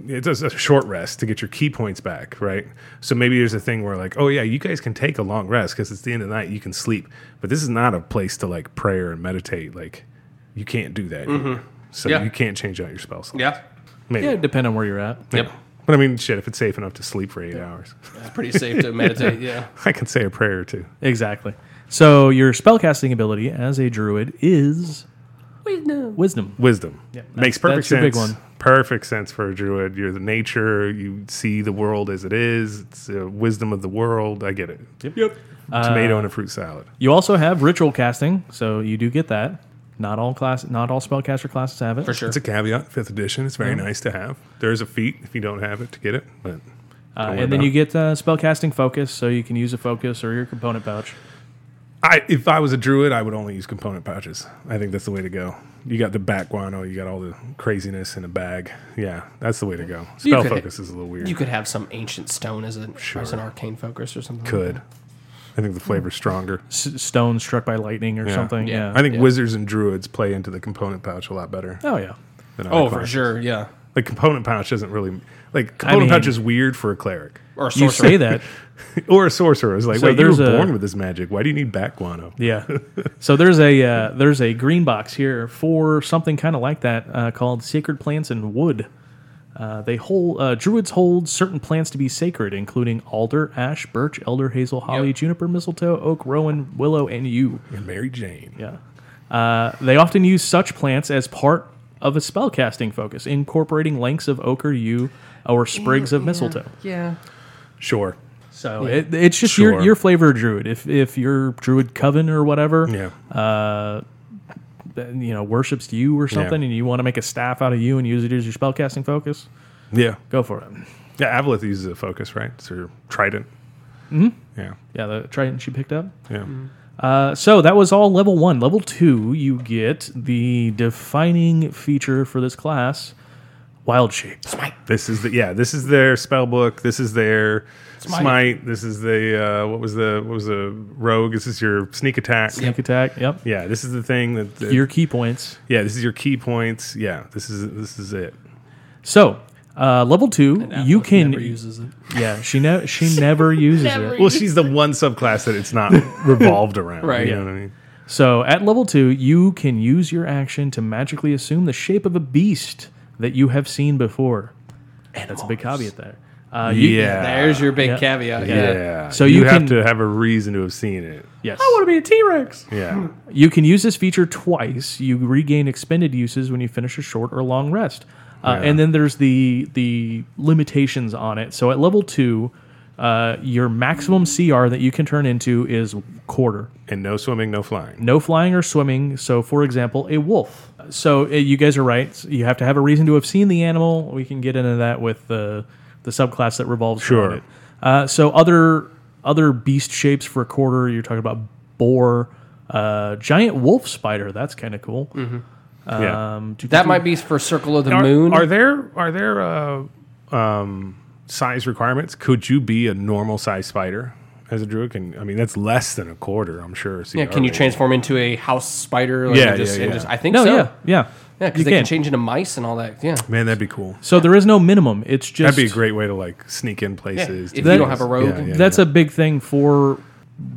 S2: it's a, a short rest to get your key points back, right? So maybe there's a thing where like, oh yeah, you guys can take a long rest because it's the end of the night, you can sleep. But this is not a place to like prayer and meditate. Like you can't do that. here.
S1: Mm-hmm.
S2: So
S1: Yeah.
S2: you can't change out your spell slot.
S1: Yeah.
S2: Maybe.
S3: Yeah, depending on where you're at.
S1: Yep.
S2: But I mean, shit, if it's safe enough to sleep for eight hours,
S1: It's pretty safe to meditate. Yeah.
S2: I can say a prayer or two.
S3: Exactly. So your spellcasting ability as a druid is wisdom.
S2: Wisdom. Makes
S3: that's-
S2: perfect
S3: that's your big
S2: sense.
S3: one.
S2: Perfect sense for a druid. You're the nature. You see the world as it is. It's uh, wisdom of the world. I get it.
S3: Yep. Uh,
S2: Tomato and a fruit salad.
S3: You also have ritual casting, so you do get that. Not all class, not all spellcaster classes have it.
S1: For sure.
S2: It's a caveat, fifth edition. It's very nice to have. There is a feat if you don't have it to get it, but
S3: Uh,
S2: worry
S3: and then
S2: about
S3: you
S2: it.
S3: get uh, spellcasting focus, so you can use a focus or your component pouch.
S2: I, if I was a druid, I would only use component pouches. I think that's the way to go. You got the back guano, you got all the craziness in a bag. Yeah, that's the way to go.
S1: You
S2: Spell
S1: could-
S2: focus is a little weird.
S1: You could have some ancient stone as, a, as an arcane focus or something. like
S2: could. I think the flavor's stronger.
S3: S- stone struck by lightning or
S2: Yeah.
S3: something. Yeah.
S2: I think
S1: Yeah.
S2: wizards and druids play into the component pouch a lot better.
S3: oh yeah.
S2: Than
S1: that. Oh,
S2: other
S1: for
S2: classes.
S1: sure. Yeah.
S2: Like component pouch doesn't really like component
S3: mean-
S2: pouch is weird for a cleric
S1: Or
S3: You
S1: sorcerer.
S3: say that.
S2: or a sorcerer. It's like,
S3: So
S2: wait, you were
S3: there's a-
S2: born with this magic. Why do you need back guano?
S3: Yeah. So there's a uh, there's a green box here for something kind of like that uh, called sacred plants and wood. Uh, they hold uh, druids hold certain plants to be sacred, including alder, ash, birch, elder, hazel, holly,
S1: Yep.
S3: juniper, mistletoe, oak, rowan, willow, and yew.
S2: And Mary Jane.
S3: Yeah. Uh, they often use such plants as part of a spellcasting focus, incorporating lengths of oak or yew or sprigs of mistletoe.
S1: Yeah.
S2: Sure.
S3: So it, it's just your
S2: Sure.
S3: your flavor of druid. If if your druid coven or whatever,
S2: Yeah.
S3: Uh, that, you know worships you or something, and you want to make a staff out of you and use it as your spellcasting focus,
S2: yeah.
S3: go for it.
S2: Yeah. Avalith uses a focus, right? It's her trident. Mm-hmm. Yeah.
S3: Yeah, the trident she picked up.
S2: Yeah.
S1: Mm-hmm.
S3: Uh, so that was all level one. Level two, you get the defining feature for this class, wild shape.
S2: This is the yeah. This is their spell book. This is their smite.
S1: Smite.
S2: This is the uh, what was the what was the rogue? This is your sneak attack.
S3: Sneak attack. Yep.
S2: Yeah. This is the thing that, that
S3: Your key points.
S2: Yeah, this is your key points. Yeah, this is this is it.
S3: So uh, level two, you can.
S1: Never uses it.
S3: yeah, she ne- she never uses it.
S2: Well, she's the one subclass that it's not revolved around.
S1: Right.
S2: You know what I mean?
S3: So at level two, you can use your action to magically assume the shape of a beast that you have seen before. That's a big caveat there. Uh, you-
S2: yeah.
S1: There's your big
S3: Yeah.
S1: caveat.
S2: yeah.
S3: So
S2: So
S3: you
S2: you, have
S3: can-
S2: to have a reason to have seen it.
S3: Yes.
S1: to be a T Rex.
S2: Yeah.
S3: You can use this feature twice. You regain expended uses when you finish a short or long rest. Uh,
S2: Yeah.
S3: And then there's the the limitations on it. So at level two, uh, your maximum CR that you can turn into is quarter.
S2: and no swimming, no flying.
S3: no flying or swimming. So, for example, a wolf. So, uh, you guys are right. You have to have a reason to have seen the animal. We can get into that with the the subclass that revolves
S2: Sure.
S3: around it. Uh, so, other other beast shapes for a quarter. You're talking about boar, uh, giant wolf spider. That's kind of cool.
S2: Mm-hmm. yeah.
S3: Um, do-
S1: That
S3: do-
S1: might be for Circle of the
S2: Are,
S1: Moon.
S2: are there are there uh, um, size requirements? Could you be a normal size spider as a druid? Can I mean that's less than a quarter? I'm sure.
S1: yeah, can you transform into a house spider? Like
S2: Oh. Yeah,
S1: and just,
S2: yeah,
S1: and
S2: yeah.
S1: just- I think
S3: no,
S1: so.
S3: yeah, yeah,
S1: Yeah, because
S3: You
S1: they
S3: can.
S1: can change into mice and all that. Yeah.
S2: Man, that'd be cool.
S3: So there is no minimum. It's
S2: That'd
S3: just
S2: be a great way to like sneak in
S1: if
S2: places. to
S3: you
S2: do
S3: don't
S2: this.
S1: have a rogue,
S2: Yeah, yeah,
S3: That's
S2: yeah.
S3: a big thing for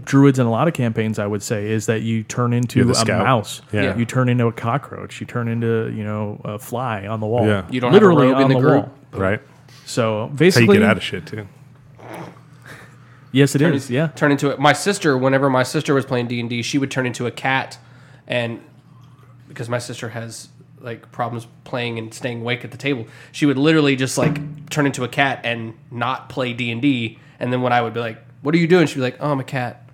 S3: druids in a lot of campaigns. I would say is that you turn
S2: You're
S3: into
S2: the
S3: a
S2: scout.
S3: mouse.
S2: Yeah.
S3: You turn into a cockroach. You turn into you know a fly on the wall.
S2: Yeah.
S1: You don't have a rogue in the group.
S2: right.
S3: So
S2: That's how you
S3: basically,
S2: get out of shit too.
S3: Yes, it is. Yeah.
S1: turn into it. My sister, whenever my sister was playing D and D, she would turn into a cat, and because my sister has like problems playing and staying awake at the table, she would literally just like turn into a cat and not play D and D. And then when I would be like, "What are you doing?" She'd be like, "Oh, I'm a cat."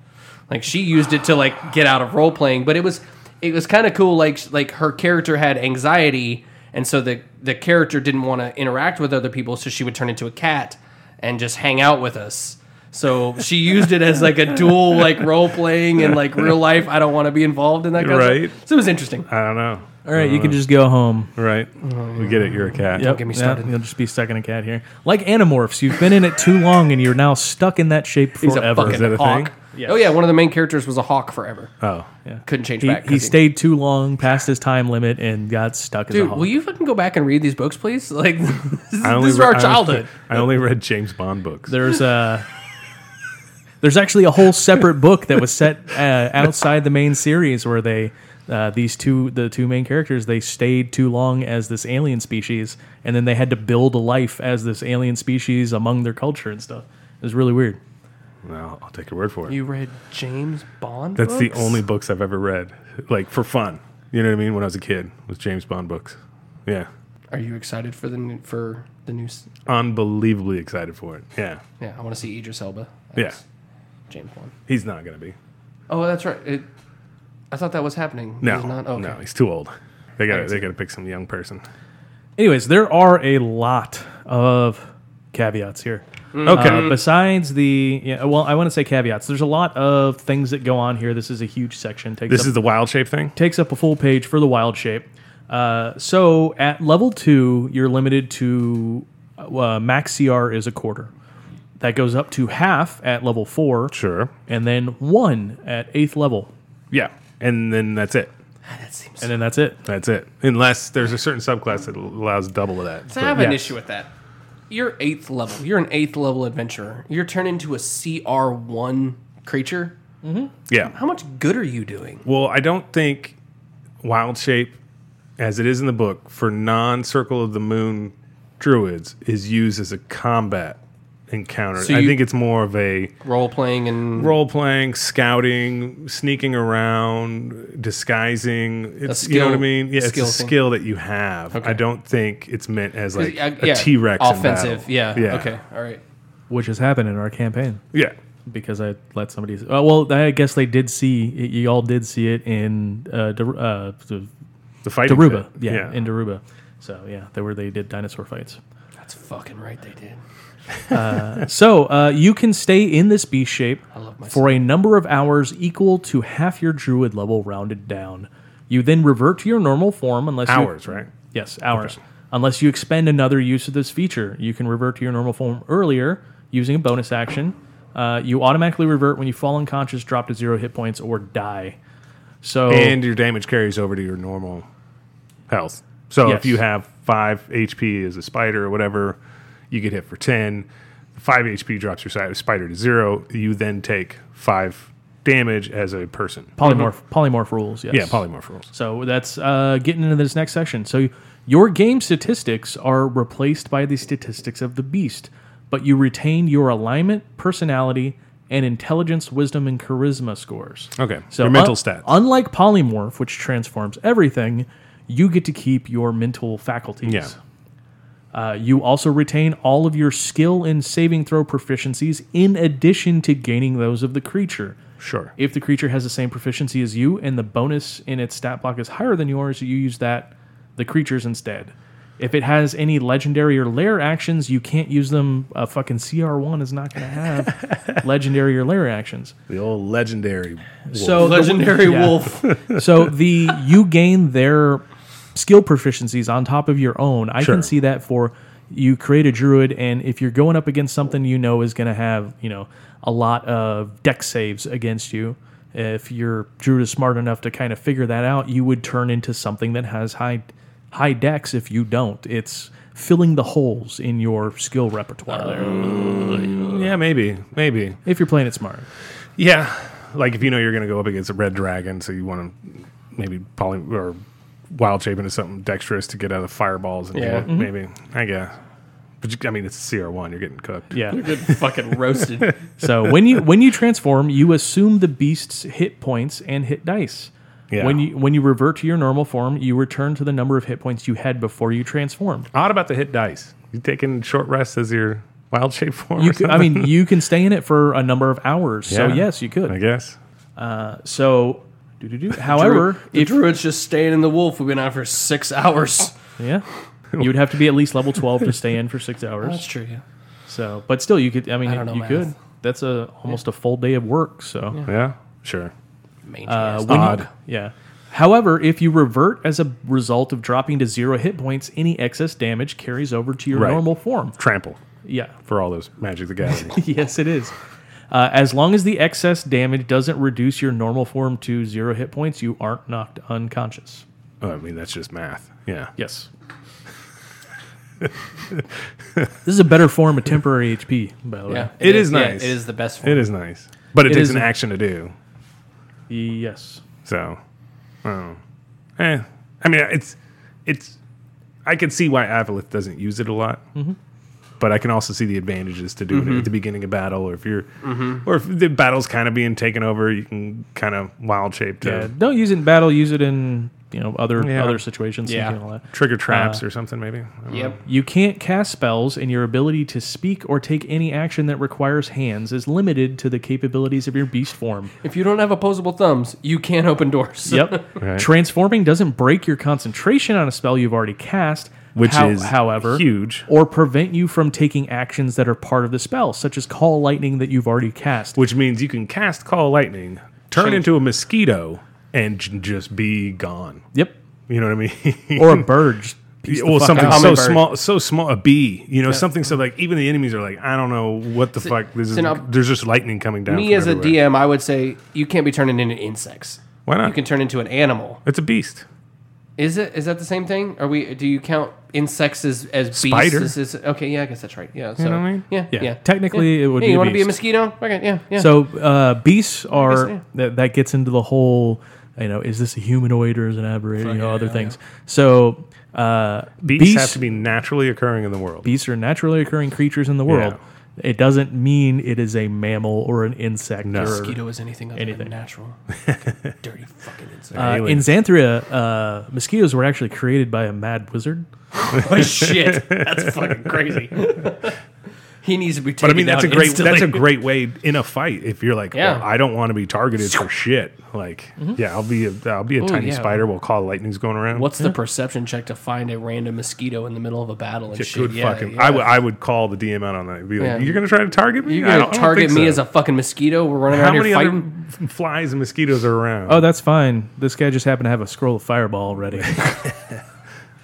S1: Like she used it to like get out of role playing, but it was it was kind of cool. Like like her character had anxiety, and so the the character didn't want to interact with other people, so she would turn into a cat and just hang out with us. So she used it as like a dual like role playing and like real life. I don't want to be involved in that kind of
S2: Right.
S1: stuff. So it was interesting.
S2: I don't know.
S3: All right, you can
S2: Uh-huh.
S3: just go home.
S2: Right? We get it. You're a cat.
S3: Yep,
S1: get me
S3: yeah,
S1: started.
S3: you'll just be stuck in a cat here, like Animorphs. You've been in it too long, and you're now stuck in that shape
S1: He's
S3: forever.
S1: a fucking
S2: Is that a
S1: hawk.
S2: thing?
S3: Yes.
S1: Oh yeah, one of the main characters was a hawk forever.
S2: Oh.
S3: Yeah.
S1: Couldn't change
S3: He,
S1: back. 'cause
S3: he stayed too long past his time limit and got stuck as a
S1: Dude,
S3: hog.
S1: will you fucking go back and read these books, please? Like, this,
S2: I only
S1: is
S2: re-
S1: our
S2: I-
S1: childhood.
S2: I only read James Bond books.
S3: There's a there's actually a whole separate book that was set uh, outside the main series where they uh, these two the two main characters they stayed too long as this alien species and then they had to build a life as this alien species among their culture and stuff. It was really weird.
S2: Well, I'll take your word for it.
S1: You read James Bond?
S2: That's
S1: books?
S2: the only books I've ever read, like for fun. You know what I mean? When I was a kid, was James Bond books. Yeah,
S1: Are you excited for the new, for the new? s-
S2: unbelievably excited for it. Yeah,
S1: Yeah, I want to see Idris Elba. as
S2: yeah.
S1: James Bond.
S2: He's not gonna be.
S1: Oh, that's right. It, I thought that was happening.
S2: No,
S1: He's not? okay.
S2: no, he's too old. They got to
S1: can
S2: they
S1: see.
S2: got to pick some young person.
S3: Anyways, there are a lot of caveats here.
S2: Mm. Okay,
S3: Uh, besides the yeah, well, I want to say caveats. There's a lot of things that go on here. This is a huge section. Takes
S2: this
S3: up
S2: is the wild shape thing.
S3: takes up a full page for the wild shape. Uh, so at level two, you're limited to uh, max CR is a quarter. That goes up to half at level four,
S2: Sure.
S3: and then one at eighth level,
S2: Yeah, and then that's it.
S1: That seems.
S3: and then that's it.
S2: That's it. Unless there's a certain subclass that allows double of that.
S1: I have an
S3: yeah.
S1: issue with that. You're eighth level. You're an eighth level adventurer. You're turned into a CR one creature.
S2: Yeah.
S1: How much good are you doing?
S2: Well, I don't think wild shape, as it is in the book, for non Circle of the Moon druids is used as a combat encounter.
S1: So
S2: I
S1: you-
S2: think it's more of a
S1: Role playing and
S2: role playing, scouting, sneaking around, disguising. It's you know what I
S1: skill-
S2: mean. Yeah, it's
S1: skill
S2: a
S1: thing.
S2: skill that you have. I don't think it's meant as like
S1: I-
S2: a T Rex
S1: uh, offensive. Yeah.
S2: Yeah.
S1: Okay. All right.
S3: Which has happened in our campaign
S2: Yeah.
S3: because I let somebody. Uh, well, I guess they did see you all did see it in uh, Dar- uh, the-
S2: The fight.
S3: Daruba, yeah, in Daruba. So yeah, they were they did dinosaur fights.
S1: That's fucking right. They did.
S3: So uh, you can stay in this beast shape
S1: love myself.
S3: for a number of hours equal to half your druid level rounded down. You then revert to your normal form unless you-
S2: hours, right?
S3: yes, hours. Unless you expend another use of this feature, you can revert to your normal form earlier using a bonus action. Uh, you automatically revert when you fall unconscious, drop to zero hit points, or die. So
S2: And your damage carries over to your normal health. So
S3: Yes.
S2: if you have five HP as a spider or whatever, you get hit for ten. Five HP drops your side spider to zero. You then take five damage as a person.
S3: polymorph, polymorph rules. Yes.
S2: yeah, polymorph rules.
S3: So that's uh, getting into this next section. So your game statistics are replaced by the statistics of the beast, but you retain your alignment, personality, and intelligence, wisdom, and charisma scores.
S2: Okay.
S3: So
S2: your mental
S3: un-
S2: stats.
S3: Unlike polymorph, which transforms everything, you get to keep your mental faculties.
S2: Yeah.
S3: Uh, you also retain all of your skill and saving throw proficiencies in addition to gaining those of the creature.
S2: sure.
S3: If the creature has the same proficiency as you and the bonus in its stat block is higher than yours, you use that, the creature's instead. If it has any legendary or lair actions, you can't use them. A fucking CR1 is not going to have legendary or lair actions.
S2: The old legendary.
S3: So the-
S1: Legendary
S3: yeah.
S1: wolf.
S3: so the you gain their skill proficiencies on top of your own. I
S2: Sure.
S3: can see that for you create a druid, and if you're going up against something you know is going to have you know a lot of deck saves against you. If your druid is smart enough to kind of figure that out, you would turn into something that has high high decks. If you don't, it's filling the holes in your skill repertoire there.
S2: Yeah, maybe, maybe.
S3: If you're playing it smart,
S2: Yeah, like if you know you're going to go up against a red dragon, so you want to maybe poly or wild shape into something dexterous to get out of the fireballs. And
S1: Yeah.
S2: maybe I guess. But you, I mean, it's Sierra One. You're getting cooked.
S3: Yeah.
S1: Good fucking roasted.
S3: So when you when you transform, you assume the beast's hit points and hit dice.
S2: Yeah.
S3: When you when you revert to your normal form, you return to the number of hit points you had before you transformed.
S2: Odd about the hit dice. You taking short rests as your wild shape form.
S3: You
S2: or
S3: could,
S2: something?
S3: I mean, you can stay in it for a number of hours. So
S2: Yeah.
S3: yes, you
S2: I
S3: could.
S2: guess.
S3: So, doo-doo-doo. however,
S1: the
S3: if
S1: druid's just staying in the wolf. We've been out for six hours.
S3: yeah, you would have to be at least level twelve to stay in for six hours.
S1: true. Yeah.
S3: So, but still, you could. I mean,
S1: I don't know
S3: you
S1: math.
S3: could. That's a almost a full day of work. So
S2: Yeah. Sure.
S1: Mangy
S3: Uh,
S1: ass.
S3: when you-
S2: Odd.
S3: yeah. However, if you revert as a result of dropping to zero hit points, any excess damage carries over to your
S2: Right.
S3: normal form.
S2: Trample
S3: Yeah.
S2: for all those Magic the Gathering.
S3: yes, it is. Uh, as long as the excess damage doesn't reduce your normal form to zero hit points, you aren't knocked unconscious.
S2: oh, I mean, that's just math. Yeah.
S3: Yes. this is a better form of temporary HP, by the way.
S1: yeah.
S2: It is
S1: yeah,
S2: nice.
S1: it is the best. Form.
S2: It is nice, but it,
S3: It
S2: takes
S3: is-
S2: an action to do.
S3: Yes.
S2: So, oh, eh. I mean, it's it's. I can see why Avalith doesn't use it a lot, but I can also see the advantages to doing it at the beginning of battle, or if you're, or if the battle's kind of being taken over, you can kind of wild shape to
S3: Yeah. Don't use it in battle. Use it in you know other
S2: Yeah.
S3: other situations.
S1: Yeah.
S3: And all that.
S2: trigger traps or something, maybe. I don't know.
S1: Yep.
S3: You can't cast spells, and your ability to speak or take any action that requires hands is limited to the capabilities of your beast form.
S1: If you don't have opposable thumbs, you can't open doors.
S3: Yep.
S2: Right.
S3: Transforming doesn't break your concentration on a spell you've already cast,
S2: Which
S3: how-
S2: is
S3: however
S2: huge.
S3: or prevent you from taking actions that are part of the spell, such as call lightning that you've already cast.
S2: Which means you can cast call lightning, turn
S1: Change-
S2: into a mosquito, and j- just be gone.
S3: Yep.
S2: You know what I mean?
S3: Or a bird. just piece the
S2: well,
S3: fuck
S2: something
S3: out.
S2: so
S1: Hummingbird.
S2: small, so small, a bee, you know, something so like even the enemies are like, I don't know what the fuck. This is,
S1: so now-
S2: there's just lightning coming down.
S1: Me
S2: from
S1: as a
S2: everywhere.
S1: DM, I would say you can't be turning into insects.
S2: Why not?
S1: You can turn into an animal.
S2: it's a beast.
S1: Is it? Is that the same thing? Are we? Do you count insects as as
S2: Spider.
S1: beasts? Is, is, okay, yeah, I guess that's right. Yeah. So,
S2: what I mean?
S1: Yeah,
S3: Yeah.
S1: yeah.
S3: Technically,
S1: yeah.
S3: it would
S1: Hey,
S3: be
S1: you
S3: a
S1: wanna be a
S3: beast.
S1: mosquito? Okay. Yeah. Yeah.
S3: So uh, beasts are
S1: yeah.
S3: that, that gets into the whole you know is this a humanoid or is it an aberration you know other things. So uh,
S2: Beasts,
S3: beasts
S2: have to be naturally occurring in the world.
S3: beasts are naturally occurring creatures in the world. It doesn't mean it is a mammal or an insect. or-
S1: mosquito is anything other
S3: Anything.
S1: than natural. Dirty fucking insect.
S3: Uh, in Xanthria, uh, mosquitoes were actually created by a mad wizard.
S2: Uh,
S1: Oh, shit, that's fucking crazy. he needs to be taken
S2: but I mean, that's a
S1: down
S2: great
S1: instantly.
S2: that's a great way in a fight. If you're like,
S1: Yeah. Mm-hmm.
S2: well, I don't want to be targeted for shit. Like, yeah, I'll be a, I'll be a tiny
S1: yeah.
S2: spider. We'll call lightning's going around.
S1: What's the perception check to find a random mosquito in the middle of a battle and
S2: Yeah,
S1: shit?
S2: good fucking. I, w- I would call the DM out on that. and Be like,
S1: Yeah.
S2: you're gonna try to target me.
S1: You're
S2: I
S1: gonna
S2: don't- I don't
S1: target
S2: think
S1: me
S2: so."
S1: as a fucking mosquito? We're running
S2: How
S1: around
S2: many
S1: here
S2: other
S1: fighting.
S2: f- flies and mosquitoes are around?
S3: Oh, that's fine. This guy just happened to have a scroll of fireball already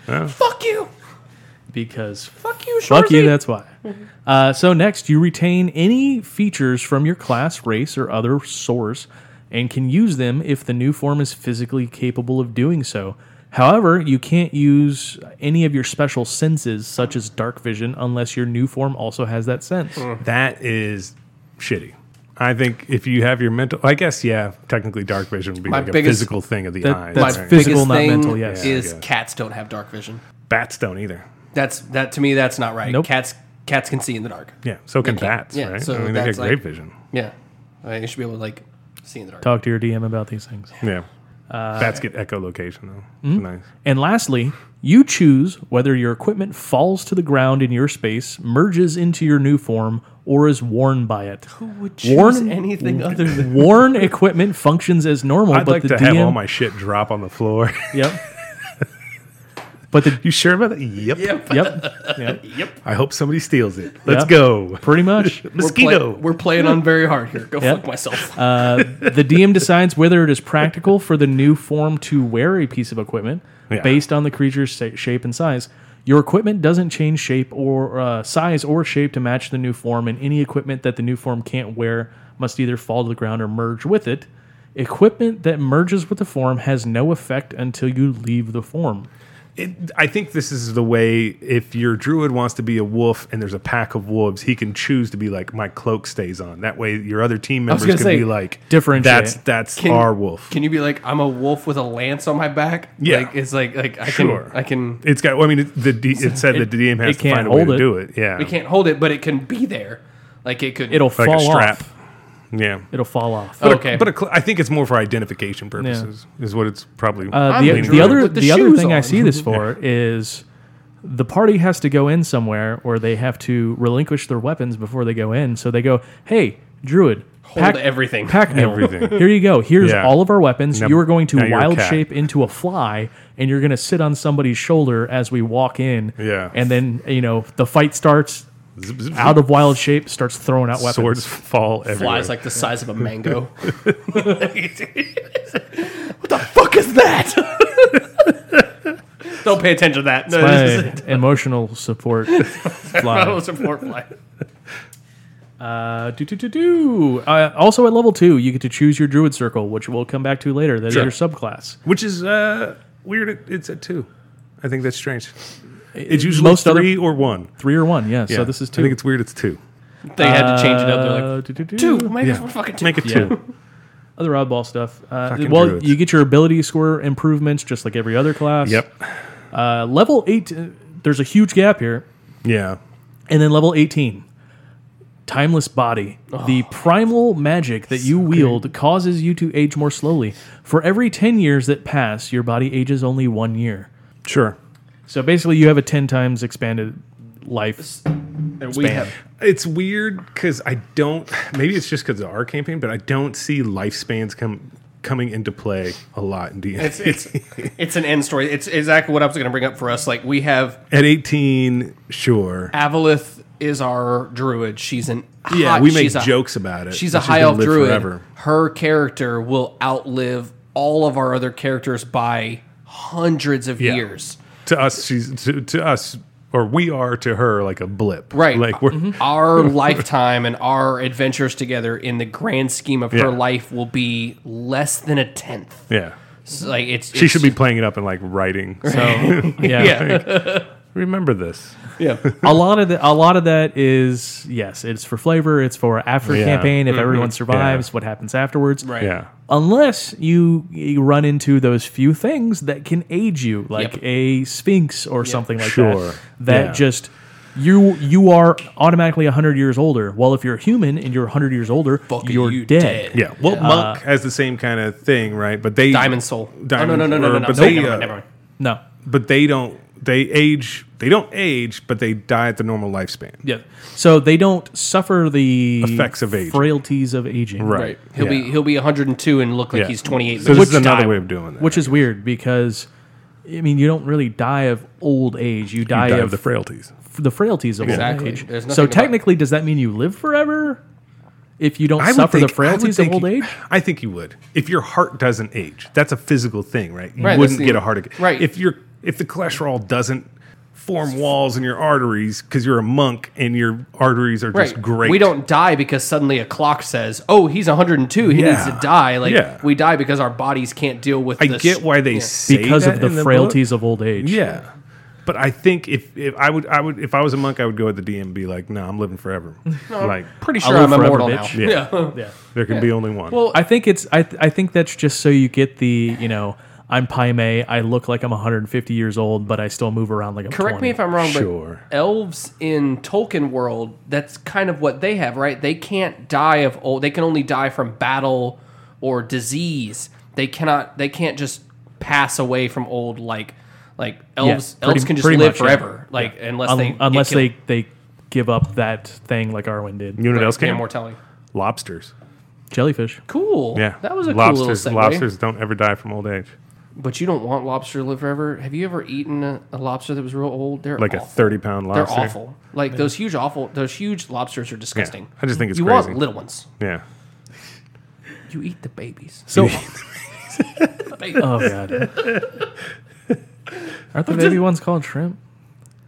S1: Fuck you!
S3: because
S1: Fuck you!
S3: fuck you.
S1: Shorzy.
S3: That's why. Uh, so next, you retain any features from your class, race, or other source, and can use them if the new form is physically capable of doing so. However, you can't use any of your special senses, such as dark vision, unless your new form also has that sense.
S2: That is shitty. I think if you have your mental, I guess, yeah, technically dark vision would be
S1: My
S2: like a
S1: biggest-
S2: physical thing of the
S3: That-
S2: eye.
S3: that's
S2: right?
S3: physical,
S1: Biggest
S3: not
S1: thing
S3: mental, yes.
S1: is
S2: Yeah, yeah.
S1: cats don't have dark vision.
S2: Bats don't either.
S1: That's that to me. That's not right.
S3: Nope.
S1: Cats cats can see in the dark.
S2: Yeah, so can
S1: They can't.
S2: bats,
S1: Yeah,
S2: right?
S1: so
S2: I mean, they get
S1: that's
S2: great
S1: like-
S2: vision.
S1: Yeah, I mean, you should be able to like see in the dark.
S3: Talk to your DM about these things.
S2: Yeah. bats get echolocation, though. Nice.
S3: And lastly, you choose whether your equipment falls to the ground in your space, merges into your new form, or is worn by it.
S1: Who would choose
S3: Warn-
S1: anything other than
S3: Worn equipment functions as normal,
S2: I'd
S3: but
S2: like
S3: the
S2: to
S3: DM.
S2: have all my shit drop on the floor.
S3: yep. but the
S2: you sure about that? Yep.
S3: yep, yep,
S2: I hope somebody steals it. Let's
S3: Yep.
S2: go.
S3: pretty much.
S2: Mosquito.
S1: Play- we're playing on very hard here. Go
S3: Yep.
S1: fuck myself.
S3: the DM decides whether it is practical for the new form to wear a piece of equipment
S2: Yeah.
S3: based on the creature's sa- shape and size. Your equipment doesn't change shape or uh, size or shape to match the new form, and any equipment that the new form can't wear must either fall to the ground or merge with it. Equipment that merges with the form has no effect until you leave the form.
S2: It, I think this is the way if your druid wants to be a wolf and there's a pack of wolves, he can choose to be like my cloak stays on. That way, your other team members
S1: gonna
S2: can
S1: say,
S2: be like
S3: differentiate.
S2: That's that's
S1: Can-
S2: our wolf.
S1: Can you be like, I'm a wolf with a lance on my back?
S2: Yeah.
S1: Like, it's like, like I
S2: sure,
S1: can, I can,
S2: It's got. Well, I mean, it, the D, it said
S3: It-
S2: that the DM has
S3: it
S2: to find
S3: can't
S2: a way to
S3: hold it.
S2: do it. Yeah,
S1: we can't hold it, but it can be there. Like it could.
S3: It'll
S2: like
S3: fall
S2: a strap.
S3: off.
S2: Yeah.
S3: It'll fall off.
S1: Oh,
S3: Uh,
S2: But a-
S1: Okay.
S2: but a cl- I think it's more for identification purposes. Is what it's probably.
S1: I'm
S3: Uh, the,
S1: leaning
S3: the
S1: right.
S3: other
S1: With the
S3: the, other
S1: shoes
S3: thing I
S1: on.
S3: see this for is the party has to go in somewhere or they have to relinquish their weapons before they go in. So they go, "Hey, druid,
S1: Hold everything.
S3: pack mule.
S2: Everything.
S3: Here you go. Here's
S2: Yeah.
S3: all of our weapons.
S2: Now-
S3: you are going
S2: now
S3: to
S2: you're a
S3: wild
S2: cat."
S3: shape into a fly, and you're going to sit on somebody's shoulder as we walk in.
S2: Yeah.
S3: and then you know the fight starts."
S2: Zip, zip,
S3: Out of wild shape, starts throwing out weapons.
S2: swords fall everywhere.
S1: flies like the size of a mango. what the fuck is that? Don't pay attention to that. No, this is
S3: My emotional support.
S1: I
S3: fly.
S1: was a floor fly.
S3: Uh, do, do, do, do. Uh, also at level two, you get to choose your druid circle, which we'll come back to later. That is
S2: Sure.
S3: your subclass.
S2: which is uh, weird. It, it's at two. I think that's strange. It's usually
S3: most other-
S2: three or one.
S3: Three or one, yeah.
S2: Yeah.
S3: So this is two.
S2: I think it's weird. It's two.
S1: They had to change it up. They're
S3: Uh,
S1: like,
S3: do, do, do.
S1: two, maybe
S2: Yeah.
S1: we're fucking two.
S2: Make it
S3: Yeah.
S2: two.
S3: Other oddball stuff. Uh,
S2: Fucking
S3: well,
S2: druids.
S3: you get your ability score improvements just like every other class.
S2: Yep.
S3: Uh, level eight, uh, there's a huge gap here.
S2: Yeah.
S3: And then level 18, Timeless Body. The primal magic that you wield causes you to age more slowly. For every 10 years that pass, your body ages only one year.
S2: Sure.
S3: So basically, you have a 10 times expanded life.
S1: And we have
S2: It's weird because I don't. Maybe it's just because of our campaign, but I don't see lifespans come coming into play a lot in D.
S1: it's it's it's an end story. It's exactly what I was going to bring up for us. Like we have
S2: At eighteen, sure.
S1: Avalith is our druid. She's an
S2: Yeah,
S1: hot-
S2: we make
S1: she's a-
S2: jokes about it.
S1: She's
S2: but
S1: a high
S2: gonna
S1: elf
S2: live
S1: druid.
S2: forever.
S1: Her character will outlive all of our other characters by hundreds of
S2: Yeah.
S1: years.
S2: To us, she's to, to us, or we are to her like a blip.
S1: Right. Mm-hmm.
S2: Like we're
S1: Our lifetime and our adventures together in the grand scheme of
S2: Yeah.
S1: her life will be less than a tenth.
S2: yeah.
S1: So, like it's
S2: She should be playing it up and like writing. So
S3: Yeah.
S2: remember this.
S1: yeah.
S3: a lot of the, a lot of that is yes, it's for flavor. It's for after
S2: Yeah.
S3: campaign. If everyone survives, what happens afterwards?
S1: Mm-hmm. Right.
S2: Yeah.
S3: Unless you, you run into those few things that can age you, like
S1: Yep.
S3: a sphinx or something like
S2: Sure.
S3: that. That
S2: Yeah.
S3: just you you are automatically hundred years older. Well, if you're a human and you're hundred years older,
S1: Fucking
S3: you're
S1: you
S3: dead.
S1: dead.
S2: Yeah. Well, monk has the same kind of thing, right? But they
S1: Uh, Diamond Soul. oh,
S2: Diamond-
S1: no, no, no, no,
S2: or-
S1: no, no.
S2: but
S1: Nope.
S2: they,
S1: never
S2: uh,
S1: mind, never mind.
S3: No.
S2: but they don't. They age. They don't age, but they die at the normal lifespan.
S3: Yeah. So they don't suffer the
S2: Effects of aging.
S3: frailties of aging.
S1: Right. He'll be he'll be 102 and look like
S2: Yeah.
S1: he's 28.
S2: So this
S1: Which
S2: is another
S1: time?
S2: way of doing that.
S3: Which is weird because, I mean, you don't really die of old age. You
S2: you
S3: die,
S2: die
S3: of,
S2: of the frailties.
S3: the frailties of
S1: Exactly.
S3: old
S1: There's
S3: age.
S1: nothing
S3: So
S1: about-
S3: technically, does that mean you live forever? If you don't
S2: would
S3: suffer
S2: think-
S3: the
S2: I would
S3: frailties of
S2: think
S3: old
S2: you-
S3: age,
S2: I think you would. If your heart doesn't age, that's a physical thing, right? You
S1: Right, that's
S2: wouldn't
S1: the-
S2: get a heart attack.
S1: right.
S2: If your if the cholesterol doesn't form walls in your arteries because you're a monk and your arteries are just great.
S1: We don't die because suddenly a clock says, "Oh, he's 102. He needs
S2: Yeah.
S1: to die." Like
S2: Yeah.
S1: we die because our bodies can't deal with.
S2: I
S1: the
S2: get why they say
S3: because
S2: that
S3: of the
S2: in book.
S3: frailties of old age.
S2: Yeah. But I think if, if I would I would if I was a monk I would go at the DM and be like no I'm living forever like
S1: Pretty
S3: I'll
S1: sure
S3: live
S1: I'm
S3: forever,
S1: immortal
S3: bitch.
S1: now.
S2: Yeah.
S3: Yeah.
S2: there can be only one
S1: Well,
S3: I think it's. I. th- I think that's just so you get the. You know, I'm Pai Mei. I look like I'm 150 years old, but I still move around like I'm.
S1: Correct
S3: 20.
S1: me if I'm wrong,
S2: Sure.
S1: but elves in Tolkien world, that's kind of what they have, right? They can't die of old. They can only die from battle or disease. They cannot. They can't just pass away from old like like elves.
S3: pretty-
S1: elves can just
S3: pretty
S1: live
S3: much, yeah.
S1: forever, like unless
S2: Um,
S3: Un-
S1: they get
S3: unless
S1: killed.
S3: they they give up that thing like Arwen did.
S2: you know what else
S1: Yeah,
S2: can
S1: immortality.
S2: lobsters
S3: Jellyfish.
S1: Cool.
S2: yeah
S1: that was a cool little
S2: lobsters
S1: segue.
S2: lobsters don't ever die from old age
S1: But you don't want lobster to live forever. Have you ever eaten a, a lobster that was real old? They're
S2: like a
S1: awful.
S2: thirty pound
S1: They're
S2: lobster
S1: awful. Like those huge, awful. Those huge lobsters are disgusting.
S2: I just think it's
S1: you
S2: crazy.
S1: want little ones.
S2: yeah
S1: You eat the babies.
S3: So,
S1: The babies.
S3: oh god, aren't the baby ones called shrimp?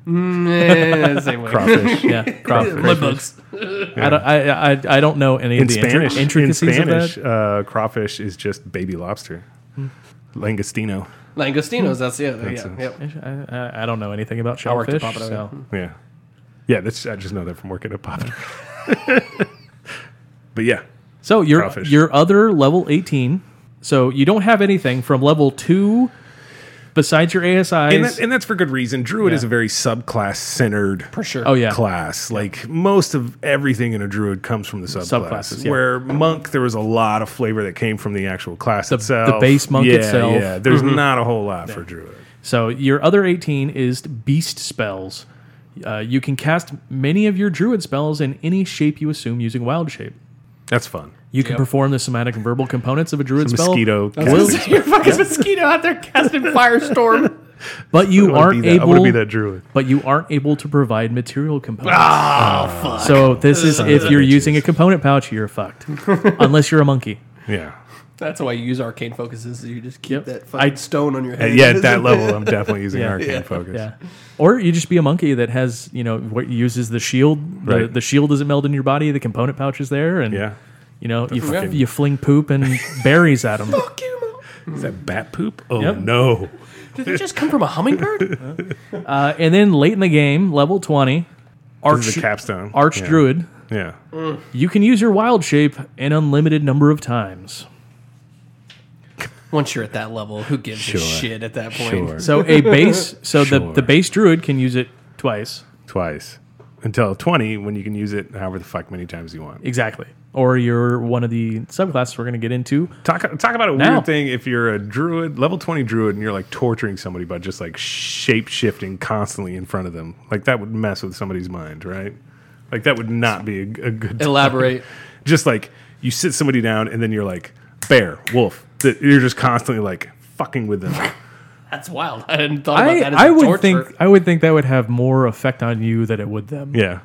S1: Eh, same way.
S2: crawfish
S3: Yeah,
S1: Mud
S3: crawfish.
S1: bugs.
S3: I, don't, I, I, I don't know any
S2: in
S3: of the intri-
S2: Spanish in
S3: intricacies of
S2: Spanish
S3: that.
S1: Hmm.
S2: uh, crawfish is just baby lobster Langostino.
S1: Langostinos. That's it.
S2: That's
S1: yeah.
S2: it.
S1: Yep.
S3: I, I, I don't know anything about
S1: I worked at
S3: shellfish.
S1: Papa
S3: so-
S2: Yeah. Yeah, that's I just know that from working at Pop. but yeah.
S3: So your
S2: Crawfish.
S3: your other level eighteen. So you don't have anything from level two, besides your ASIs.
S2: And, that, and that's for good reason. Druid is a very subclass centered
S1: For sure.
S3: oh yeah,
S2: class. Like most of everything in a druid comes from the subclasses.
S3: Subclasses, yeah.
S2: Where monk, there was a lot of flavor that came from the actual class itself.
S3: the base monk
S2: yeah,
S3: itself. Mm-hmm.
S2: Yeah, there's not a whole lot for druid.
S3: So your other 18 is beast spells. Uh, you can cast many of your druid spells in any shape you assume using wild shape.
S2: That's fun.
S3: You can
S1: Yep.
S3: perform the somatic and verbal components of a druid spell,
S2: Mosquito.
S1: Will,
S2: casting.
S1: you're fucking mosquito out there casting firestorm.
S3: but
S2: I
S3: you
S2: wanna
S3: aren't
S2: be that- I want to
S3: able.
S2: be that druid.
S3: But you aren't able to provide material components. Ah, fuck. So this is if you're using a component pouch, you're fucked. Unless you're a monkey.
S2: Yeah.
S1: That's why you use arcane focuses. You just keep
S3: Yep.
S1: that fucking
S3: I-
S1: stone on your
S2: Uh,
S1: head.
S2: Yeah, at that level, I'm definitely using
S3: Yeah.
S2: arcane focus.
S3: Yeah. Or you just be a monkey that has, you know, what uses the shield. The,
S2: Right.
S3: the shield doesn't meld into your body. The component pouch is there, and
S2: Yeah.
S3: you know, you,
S1: Fucking-
S3: f- you fling poop and berries at Uh, them.
S1: Fuck you, Mo.
S2: Is that bat poop? Oh
S3: Yep.
S2: no.
S1: Did it just come from a hummingbird?
S3: Uh, and then late in the game, level twenty,
S2: This is
S3: arch
S2: a capstone.
S3: arch
S2: yeah.
S3: druid,
S2: Yeah.
S3: you can use your wild shape an unlimited number of times.
S1: Once you're at that level, who gives
S2: Sure.
S1: a shit at that point?
S2: Sure.
S3: So a base, so the
S2: Sure.
S3: the base druid can use it twice
S2: Twice. Until 20 when you can use it however the fuck many times you want.
S3: exactly. Or you're one of the subclasses we're going to get into.
S2: Talk talk about a
S3: Now.
S2: weird thing if you're a druid, level 20 druid and you're like torturing somebody by just like shape shifting constantly in front of them. Like that would mess with somebody's mind, right? Like that would not be a, a good
S1: Elaborate.
S2: just like you sit somebody down and then you're like bear, wolf. That you're just constantly like fucking with them.
S1: That's wild. I hadn't thought about
S3: I,
S1: that as
S3: I
S1: a
S3: would
S1: torture.
S3: think I would think that would have more effect on you than it would them.
S2: Yeah.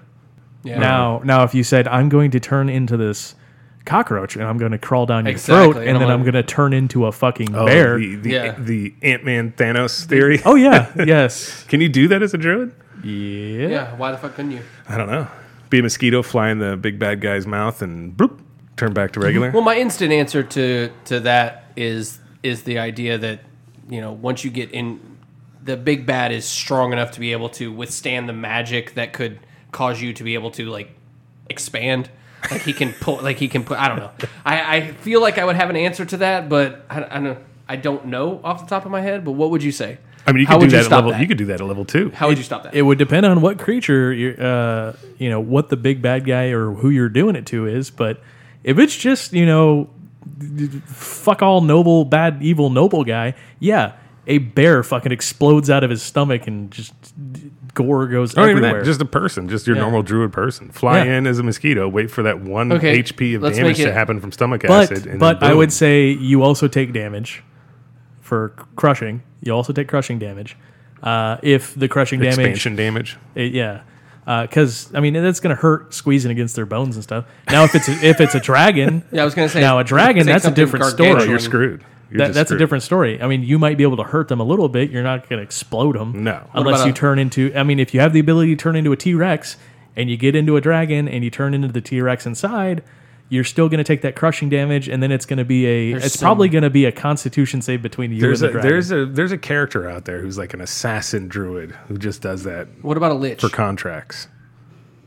S1: Yeah.
S3: Now, now, if you said, "I'm going to turn into this cockroach and I'm going to crawl down your
S1: Exactly,
S3: throat,
S1: and
S3: and
S1: I'm
S3: then I'm
S1: like-
S3: going to turn into a fucking
S2: Oh,
S3: bear,"
S2: The, the,
S1: Yeah.
S2: the Ant Man Thanos theory.
S3: oh yeah, yes,
S2: Can you do that as a druid?
S3: yeah.
S1: Yeah, why the fuck couldn't you?
S2: I don't know. Be a mosquito, fly in the big bad guy's mouth, and bloop, turn back to regular.
S1: Well, my instant answer to to that is is the idea that you know once you get in, the big bad is strong enough to be able to withstand the magic that could cause you to be able to like expand. Like he can pull. Like he can put. I don't know. I, I feel like I would have an answer to that, but I, I don't. I don't know off the top of my head. But what would you say?
S2: I mean, you
S1: How
S2: could do
S1: would you
S2: that at
S1: stop
S2: level.
S1: that?
S2: You could do that at level two.
S1: How would you stop that?
S3: It would depend on what creature you, uh, you know, what the big bad guy or who you're doing it to is. But if it's just you know, fuck all noble, bad, evil, noble guy, yeah, a bear fucking explodes out of his stomach and just gore goes
S2: Not even
S3: everywhere.
S2: that. Just a person, just your normal druid person. Fly
S3: Yeah.
S2: in as a mosquito. Wait for that one
S1: Okay,
S2: HP of
S1: let's
S2: damage
S1: make
S2: to
S1: it-
S2: happen from stomach acid.
S3: but
S2: and
S3: but
S2: then
S3: I
S2: boom.
S3: would say you also take damage for c- crushing. You also take crushing damage uh, if the crushing damage,
S2: expansion damage.
S3: it- yeah, because I mean that's going to hurt squeezing against their bones and stuff. Now if it's a, if it's a dragon,
S1: yeah, I was gonna say
S3: now a dragon,
S1: say
S3: that's a
S1: something
S3: different
S1: gargantuan.
S2: Oh,
S3: story.
S2: you're screwed. You're
S3: That,
S2: just
S3: that's a
S2: screwed.
S3: different story. I mean, you might be able to hurt them a little bit. You're not going to explode them.
S2: No. What
S3: Unless
S1: about
S3: you
S1: a-
S3: turn into, I mean, if you have the ability to turn into a T Rex and you get into a dragon and you turn into the T Rex inside, you're still going to take that crushing damage. And then it's going to be a,
S1: There's
S3: it's
S1: some-
S3: probably going to be a constitution save between you
S2: There's a
S3: and the dragon.
S2: there's a there's a character out there who's like an assassin druid who just does that
S1: What about a lich?
S2: for contracts.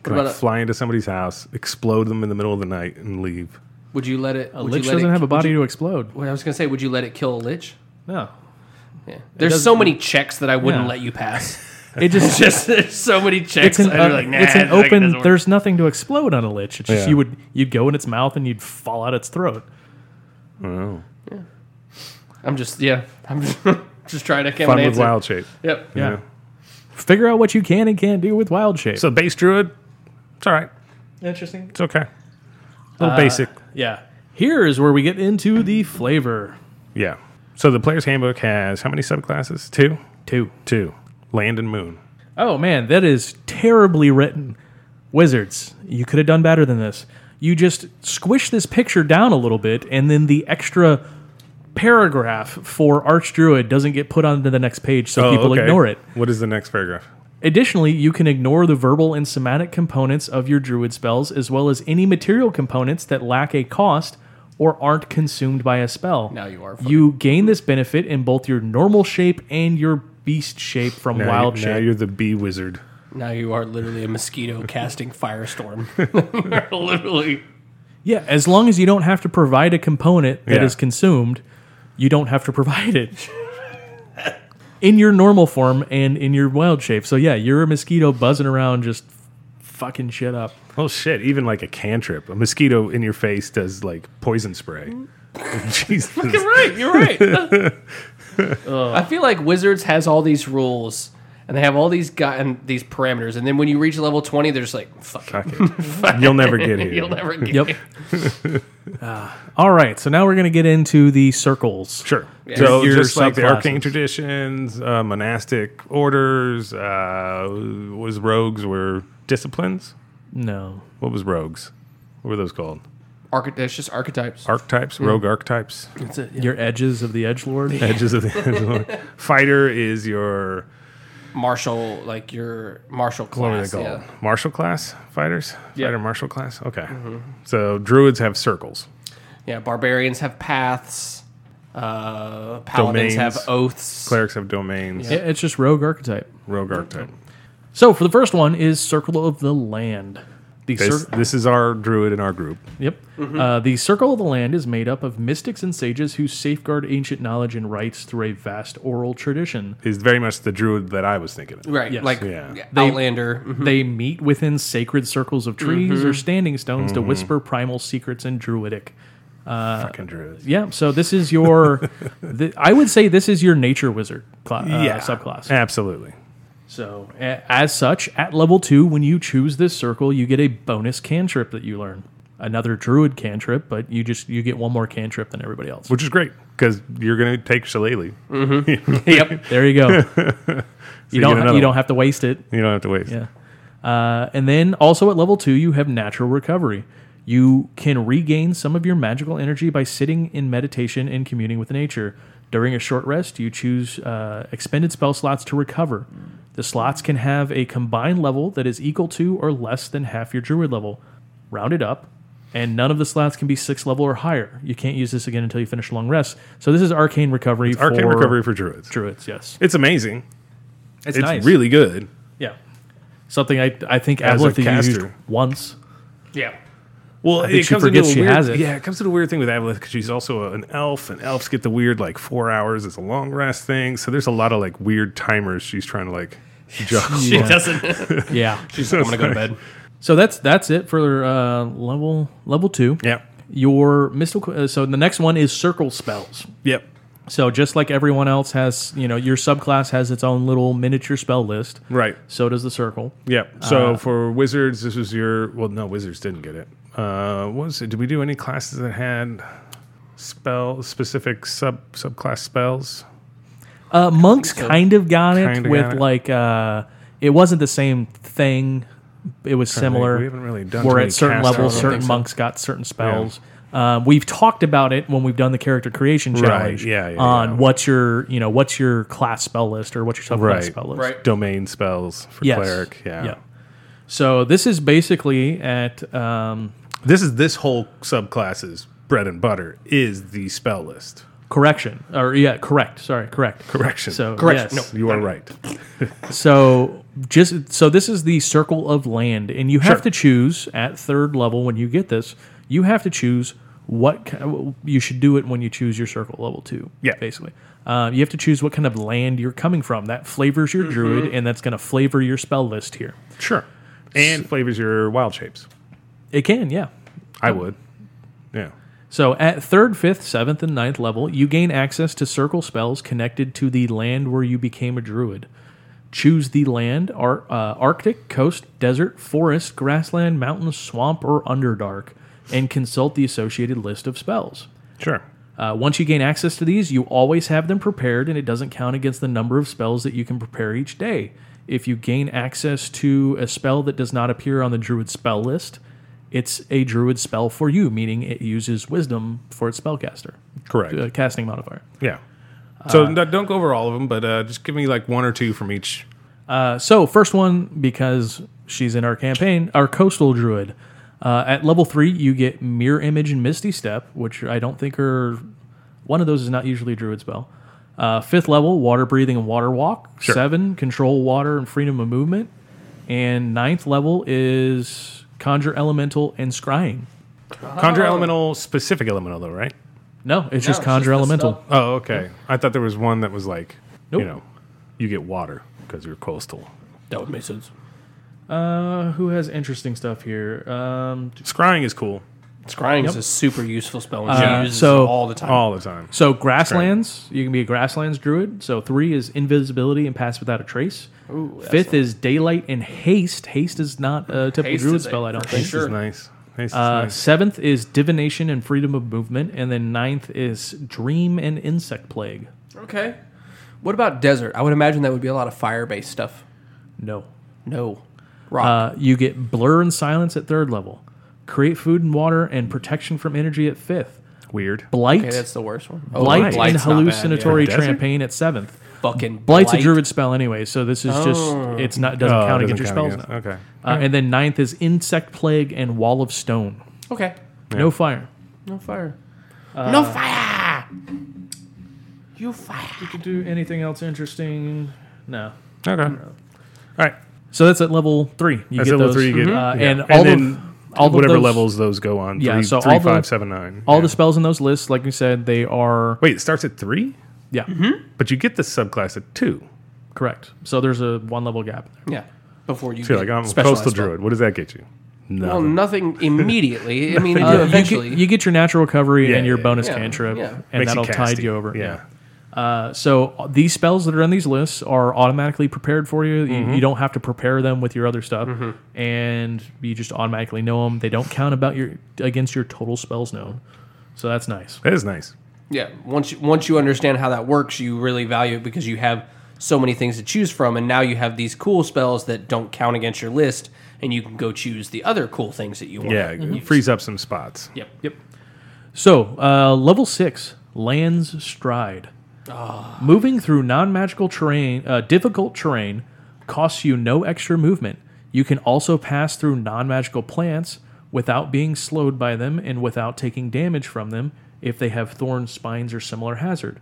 S2: Can
S1: about
S2: like
S1: a-
S2: fly into somebody's house, explode them in the middle of the night, and leave.
S1: would you let it?
S3: a
S1: would
S3: lich
S1: you let
S3: doesn't
S1: it,
S3: have a
S1: would
S3: body
S1: you-
S3: to explode.
S1: Wait, I was gonna say, would you let it kill a lich?
S3: No.
S1: Yeah. There's
S3: doesn't-
S1: so many checks that I wouldn't
S3: Yeah.
S1: let you pass.
S3: It just,
S1: Just there's so many checks.
S3: it's an,
S1: that are
S3: uh,
S1: like, nah,
S3: it's an
S1: like, it
S3: open,
S1: doesn't work.
S3: there's nothing to explode on a lich. It's just
S2: Yeah.
S3: you would, you'd go in its mouth and you'd fall out its throat.
S1: I'm just yeah. I'm just trying to come
S2: Fun
S1: an
S2: with
S1: answer.
S2: wild shape.
S1: Yep.
S2: you
S3: Yeah.
S2: know?
S3: Figure out what you can and can't do with wild shape.
S2: So base druid, it's all right.
S3: Interesting.
S2: It's okay. A
S3: Uh,
S2: little basic.
S3: Yeah. Here is where we get into the flavor.
S2: Yeah. So the player's handbook has how many subclasses? Two?
S3: Two.
S2: Two. Land and moon.
S3: Oh man, that is terribly written. Wizards, you could have done better than this. You just squish this picture down a little bit, and then the extra paragraph for Archdruid doesn't get put onto the next page, so people
S2: Oh, okay.
S3: ignore it.
S2: What is the next paragraph?
S3: Additionally, you can ignore the verbal and somatic components of your druid spells, as well as any material components that lack a cost or aren't consumed by a spell.
S1: Now you are
S3: You gain this benefit in both your normal shape and your beast shape from
S2: Now,
S3: wild
S2: you, now
S3: shape.
S2: you're the bee wizard.
S1: Now you are literally a mosquito casting firestorm. You're literally.
S3: Yeah, as long as you don't have to provide a component that is
S2: Yeah.
S3: consumed, you don't have to provide it. in your normal form and in your wild shape. So yeah, you're a mosquito buzzing around just fucking shit up.
S2: Oh shit! Even like a cantrip, a mosquito in your face does like poison spray. Jesus.
S1: You're right. You're right. I feel like Wizards has all these rules, and they have all these guy and these parameters, and then when you reach level twenty, they're just like, "Fuck, it.
S2: Fuck it. You'll never get here.
S1: you'll never get."
S3: Yep.
S1: it."
S3: All right, so now we're going to get into the circles.
S2: Sure. So
S3: Your
S2: just like the
S3: subclasses.
S2: arcane traditions, uh, monastic orders, uh, was rogues were disciplines.
S3: No.
S2: What was rogues? What were those called?
S1: Archety- it's just archetypes.
S2: Archetypes, rogue archetypes,
S1: That's it.
S3: Your edges of the edge lord.
S2: edges of the Fighter is your
S1: Martial, like your martial
S2: what were
S1: class.
S2: they called?
S1: yeah.
S2: Martial class fighters,
S1: Yeah.
S2: fighter martial class. Okay, so druids have circles.
S1: Yeah, barbarians have paths. Uh, paladins
S2: Domains.
S1: have oaths.
S2: Clerics have domains.
S3: Yeah, It's just rogue archetype.
S2: Rogue archetype.
S3: So for the first one is circle of the land. The
S2: This,
S3: cir-
S2: this is our druid in our group.
S3: Yep. Uh, the Circle of the Land is made up of mystics and sages who safeguard ancient knowledge and rights through a vast oral tradition.
S2: Is very much the druid that I was thinking of.
S1: Right,
S3: Yes.
S1: like
S2: Yeah.
S1: yeah,
S3: They-
S1: Outlander. mhm.
S3: They meet within sacred circles of trees or standing stones
S2: Mm-hmm.
S3: to whisper primal secrets and druidic.
S2: Fucking druids.
S3: Yeah, so this is your, the, I would say this is your nature wizard cla- uh, subclass.
S2: Absolutely.
S3: So, a- as such, at level two, when you choose this circle, you get a bonus cantrip that you learn. Another druid cantrip, but you just you get one more cantrip than everybody else.
S2: which is great because you're going to take Shillelagh.
S1: yep.
S3: There you go. you
S2: get
S3: don't ha-
S2: another
S3: you don't
S2: one.
S3: have to waste it.
S2: You don't have to waste.
S3: Yeah. Uh, and then also at level two, you have natural recovery. You can regain some of your magical energy by sitting in meditation and communing with nature. During a short rest, you choose uh, expended spell slots to recover. The slots can have a combined level that is equal to or less than half your druid level. Round it up, and none of the slots can be sixth level or higher. You can't use this again until you finish a long rest. So this is arcane recovery for
S2: Arcane recovery for druids.
S3: druids. Yes,
S2: It's amazing. It's,
S3: nice.
S2: really good.
S3: yeah. Something I I think
S2: As a
S3: Avalith used
S2: caster.
S3: once.
S1: Yeah.
S2: Well,
S3: think she forgets
S2: into a
S3: she
S2: weird,
S3: has it.
S2: Yeah, it comes to the weird thing with Avalith because she's also an elf, and elves get the weird like four hours is a long rest thing. So there's a lot of like weird timers she's trying to like juggle.
S1: She doesn't.
S3: Yeah.
S1: She's like, I'm gonna go to bed.
S3: So that's that's it for uh, level level two.
S2: yeah.
S3: Your mystical. Uh, so the next one is circle spells.
S2: Yep.
S3: So just like everyone else has, you know, your subclass has its own little miniature spell list.
S2: Right.
S3: So does the circle.
S2: Yep.
S3: Uh,
S2: So for wizards, this was your. Well, no, wizards didn't get it. Uh, what was it? Did we do any classes that had spell specific sub subclass spells?
S3: Uh, monks kind of got it
S2: Kinda
S3: with
S2: got it.
S3: like uh, it wasn't the same thing. It was similar.
S2: we haven't really done
S3: We're
S2: too many
S3: at certain
S2: casts, I don't
S3: levels, certain
S1: think so.
S3: monks got certain spells. Um, we've talked about it when we've done the character creation
S2: Right,
S3: challenge.
S2: yeah, yeah,
S3: on
S2: yeah.
S3: what's your you know what's your class spell list or what's your subclass
S2: Right.
S3: spell list.
S1: Right.
S2: Domain spells for
S3: Yes.
S2: cleric. Yeah.
S3: So this is basically at um,
S2: This is this whole subclass's bread and butter is the spell list.
S3: correction or yeah correct sorry correct
S2: Correction.
S3: so
S1: Correction,
S3: yes.
S2: you are right.
S3: So just so this is the circle of land, and you have
S2: Sure.
S3: to choose at third level when you get this. You have to choose what ki- you should do it when you choose your circle level two.
S2: Yeah.
S3: basically, uh, you have to choose what kind of land you're coming from. That flavors
S2: Mm-hmm.
S3: your druid, and that's going to flavor your spell list here.
S2: Sure. And flavors your wild shapes.
S3: It can, yeah.
S2: I would. Yeah.
S3: So at third, fifth, seventh, and ninth level, you gain access to circle spells connected to the land where you became a druid. Choose the land: ar- uh, Arctic, coast, desert, forest, grassland, mountain, swamp, or underdark, and consult the associated list of spells.
S2: Sure.
S3: Uh, once you gain access to these, you always have them prepared, and it doesn't count against the number of spells that you can prepare each day. If you gain access to a spell that does not appear on the druid spell list, it's a druid spell for you, meaning it uses wisdom for its spellcaster
S2: Correct.
S3: uh, casting modifier.
S2: Yeah.
S3: uh,
S2: So no- don't go over all of them, but uh, just give me like one or two from each.
S3: Uh, so first one because she's in our campaign, our coastal druid. Uh, at level three, you get Mirror Image and Misty Step, which I don't think are one of those is not usually a druid spell. Uh, fifth level, Water Breathing and Water Walk.
S2: Sure.
S3: Seven, Control Water and Freedom of Movement. And ninth level is Conjure Elemental and Scrying.
S2: Conjure
S3: Uh-huh.
S2: elemental, specific elemental though, right?
S3: No, it's just
S1: it's
S3: Conjure
S1: just the
S3: Elemental.
S1: spell.
S2: Oh, okay. I thought there was one that was like,
S3: Nope.
S2: you know, you get water because you're coastal.
S1: That would make sense.
S3: Uh, who has interesting stuff here? Um,
S2: Scrying is cool
S1: Scrying is a super useful spell. And
S3: Uh,
S1: she uses
S3: so-
S1: it all the time.
S2: all the time.
S3: So grasslands, you can be a grasslands druid. So three is invisibility and pass without a trace. Fifth is daylight and haste. Haste is not a typical
S1: Haste
S3: druid
S1: is a-
S3: spell, I I don't
S1: for
S3: think.
S2: This
S1: sure.
S2: is nice. This is
S3: Uh,
S2: nice.
S3: Seventh is divination and freedom of movement, and then ninth is dream and insect plague.
S1: Okay. What about desert? I would imagine that would be a lot of fire based stuff.
S3: No,
S1: No. Rock.
S3: uh, you get blur and silence at third level, create food and water and protection from energy at fifth,
S2: Weird.
S3: blight,
S1: okay, that's the worst one. Oh,
S3: blight, and
S1: blight's not bad,
S3: hallucinatory
S2: yeah. Desert?
S3: trampane at seventh.
S1: yeah. Fucking blight.
S3: Blight's a druid spell anyway, so this is just it's not doesn't
S2: Oh,
S3: count
S2: it doesn't
S3: against your
S2: count
S3: spells now.
S2: against- Okay.
S3: Uh, and then ninth is insect plague and wall of stone.
S1: Okay. Uh,
S3: No fire.
S1: No fire. no fire. You fire.
S3: Could do anything else interesting? No.
S2: Okay. All right.
S3: So that's at level three. You
S2: That's
S3: get
S2: level
S3: those.
S2: three you get.
S3: Uh,
S2: yeah.
S3: and all
S2: then
S3: the all of
S2: whatever
S3: those-
S2: levels those go on.
S3: Yeah,
S2: Three,
S3: so
S2: three,
S3: all the-
S2: five, seven, nine.
S3: all
S2: Yeah.
S3: the spells in those lists, like we said, they are
S2: Wait, it starts at three?
S3: yeah,
S2: But you get the subclass at two.
S3: correct. So there's a one level gap.
S1: Yeah. Before you
S2: So
S1: feel
S2: you're like, I'm a coastal druid. What does that get you?
S1: Well,
S2: No.
S1: Oh, nothing immediately. I mean, you do
S3: Uh, you get-
S1: eventually.
S3: you, get, your natural recovery
S2: Yeah,
S3: and your
S2: yeah,
S3: bonus
S1: yeah.
S3: cantrip,
S1: Yeah.
S3: and that'll tide you over.
S2: Yeah.
S3: Uh, so these spells that are on these lists are automatically prepared for you. You, you don't have to prepare them with your other stuff, and you just automatically know them. They don't count about your against your total spells known. So that's nice.
S2: That is nice.
S1: yeah. Once you, once you understand how that works, you really value it because you have so many things to choose from, and now you have these cool spells that don't count against your list, and you can go choose the other cool things that you want.
S2: Yeah.
S3: Mm-hmm.
S2: It frees up some spots.
S1: Yep. Yep.
S3: So, uh, level six, Land's Stride.
S2: Ah.
S3: Moving through non magical terrain, uh, difficult terrain, costs you no extra movement. You can also pass through non magical plants without being slowed by them and without taking damage from them if they have thorns, spines, or similar hazard.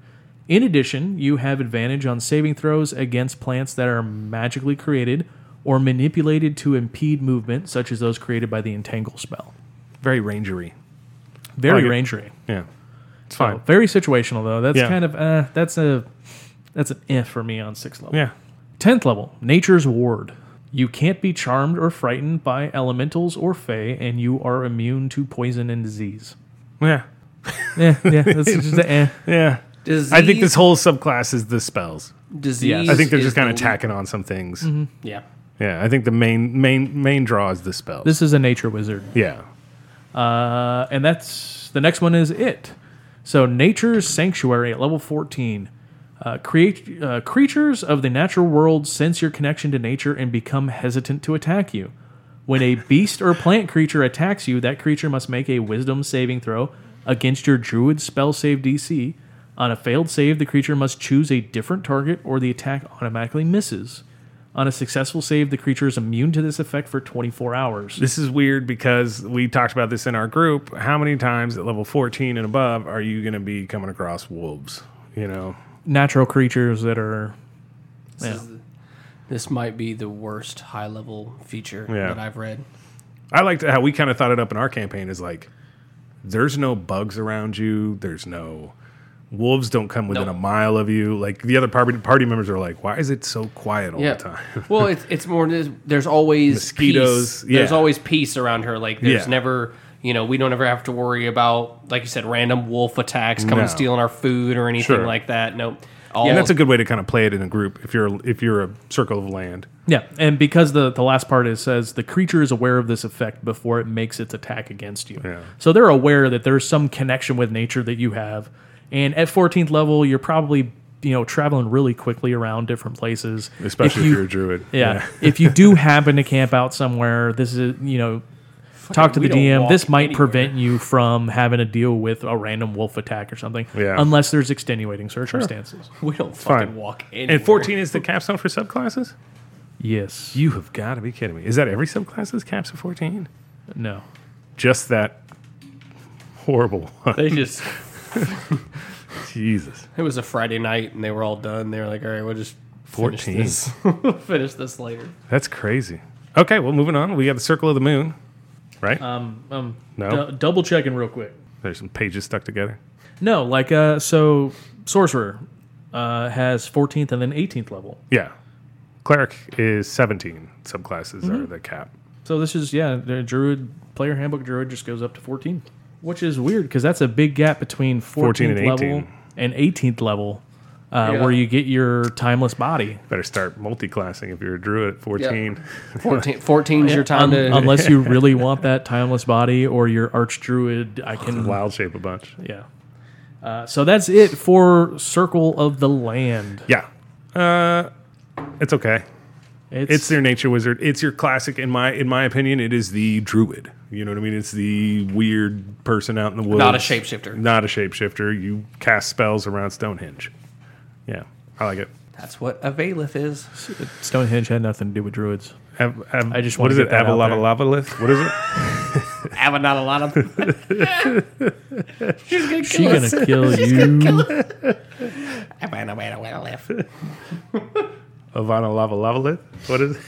S3: In addition, you have advantage on saving throws against plants that are magically created or manipulated to impede movement, such as those created by the Entangle spell.
S2: Very rangery.
S3: Very
S2: Like it.
S3: rangery.
S2: Yeah. It's fine.
S3: Very situational though. That's
S2: Yeah.
S3: kind of uh, that's a that's an if for me on sixth level.
S2: yeah.
S3: Tenth level, Nature's Ward. You can't be charmed or frightened by elementals or fey, and you are immune to poison and disease.
S2: Yeah.
S3: Yeah, yeah, that's just a, eh.
S2: Yeah.
S1: Disease,
S2: I think this whole subclass is the spells.
S1: disease.
S3: Yes. Mm-hmm.
S2: I think they're
S1: is
S2: just kind
S1: the
S2: of
S1: lead-
S2: tacking on some things.
S1: Yeah.
S2: Yeah, I think the main main main draw is the spells.
S3: This is a nature wizard,
S2: yeah,
S3: uh, and that's the next one is it. So Nature's Sanctuary at level fourteen. Uh, create uh, creatures of the natural world sense your connection to nature and become hesitant to attack you. When a beast or plant creature attacks you, that creature must make a wisdom saving throw against your druid spell save DC. On a failed save, the creature must choose a different target or the attack automatically misses. On a successful save, the creature is immune to this effect for 24 hours.
S2: this is weird because we talked about this in our group. How many times at level fourteen and above are you going to be coming across wolves? You know,
S3: Natural creatures that are.
S1: This, is the- this might be the worst high level feature
S2: Yeah.
S1: that I've read.
S2: I liked how we kind of thought it up in our campaign is like, there's no bugs around you. There's no wolves don't come within
S1: Nope.
S2: a mile of you. Like the other party party members are like, why is it so quiet all
S1: Yeah.
S2: the time?
S1: well, it's it's more there's, there's always
S2: Mosquitoes,
S1: Peace. There's
S2: yeah.
S1: always peace around her. Like there's
S2: Yeah.
S1: never you know we don't ever have to worry about like you said random wolf attacks coming
S2: No.
S1: and stealing our food or anything
S2: Sure.
S1: like that. Nope. All
S2: And that's a good way to kind of play it in a group if you're if you're a circle of land.
S3: Yeah, and because the, the last part is says the creature is aware of this effect before it makes its attack against you.
S2: Yeah.
S3: So they're aware that there's some connection with nature that you have. And at 14th level, you're probably, you know, traveling really quickly around different places.
S2: Especially if,
S3: you-
S2: you're a druid.
S3: Yeah. if you do happen to camp out somewhere, this is, you know, talk to
S1: we
S3: the
S1: don't
S3: DM.
S1: walk
S3: This might
S1: anywhere.
S3: prevent you from having to deal with a random wolf attack or something.
S2: Yeah.
S3: Unless there's extenuating circumstances.
S1: we don't fucking
S2: fine.
S1: walk anywhere.
S2: And 14 is the capstone for subclasses?
S3: Yes.
S2: You have got to be kidding me. Is that every subclass's caps of 14?
S3: No.
S2: Just that horrible one.
S1: They just
S2: Jesus.
S1: it was a Friday night and they were all done. They were like, all right, we'll just finish
S2: 14.
S1: this. finish this later.
S2: That's crazy. Okay, well, moving on. We got the Circle of the Moon, right?
S3: Um, um,
S2: No.
S3: du- double checking real quick.
S2: There's some pages stuck together.
S3: No, like uh, so, sorcerer uh, has 14th and then 18th level.
S2: Yeah. Cleric is 17. Subclasses are
S3: Mm-hmm.
S2: the cap.
S3: So this is yeah, the druid player handbook druid just goes up to 14, which is weird because that's a big gap between 14th
S2: 14 and
S3: level
S2: 18.
S3: and 18th level, uh,
S1: Yeah.
S3: where you get your timeless body.
S2: Better start multi-classing if you're a druid at 14.
S3: Mm-hmm.
S1: 14, 14 is your time
S3: Un-
S1: to
S3: unless you really want that timeless body or your archdruid, I can.
S2: Wild shape a bunch.
S3: Yeah. Uh, so that's it for Circle of the Land.
S2: Yeah. Uh, it's okay. It's their nature wizard. It's your classic in my in my opinion, it is the druid. You know what I mean? It's the weird person out in the woods.
S1: not a shapeshifter.
S2: Not a shapeshifter. You cast spells around Stonehenge. Yeah. I like it.
S1: That's what a bailiff is.
S3: Stonehenge had nothing to do with druids.
S2: Av- av-
S3: I just
S2: what
S3: wanna
S2: is
S3: get
S2: it?
S3: that out
S2: Avalava
S3: there.
S2: Lavalith? What is it?
S1: Have not a lot of. She's gonna
S3: She
S1: kill us.
S3: gonna kill you.
S1: Havana, Havana, Havana left.
S2: Avana Lavalith? What is it?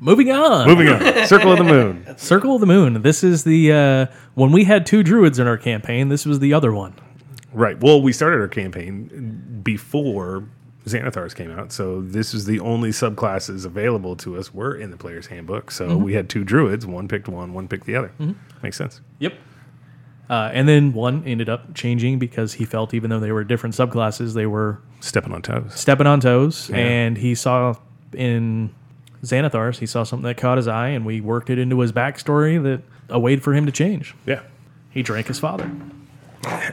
S3: Moving on.
S2: Moving on. Circle of the Moon.
S3: Circle of the Moon. This is the uh, when we had two druids in our campaign. This was the other one.
S2: Right. Well, we started our campaign before Xanathars came out, so this is the only subclasses available to us were in the player's handbook. So we had two druids, one picked one, one picked the other. Makes sense.
S3: Yep. Uh, and then one ended up changing because he felt even though they were different subclasses, they were
S2: Stepping on toes.
S3: stepping on toes. And he saw in Xanathars, he saw something that caught his eye, and we worked it into his backstory that a way for him to change.
S2: Yeah.
S3: He drank his father,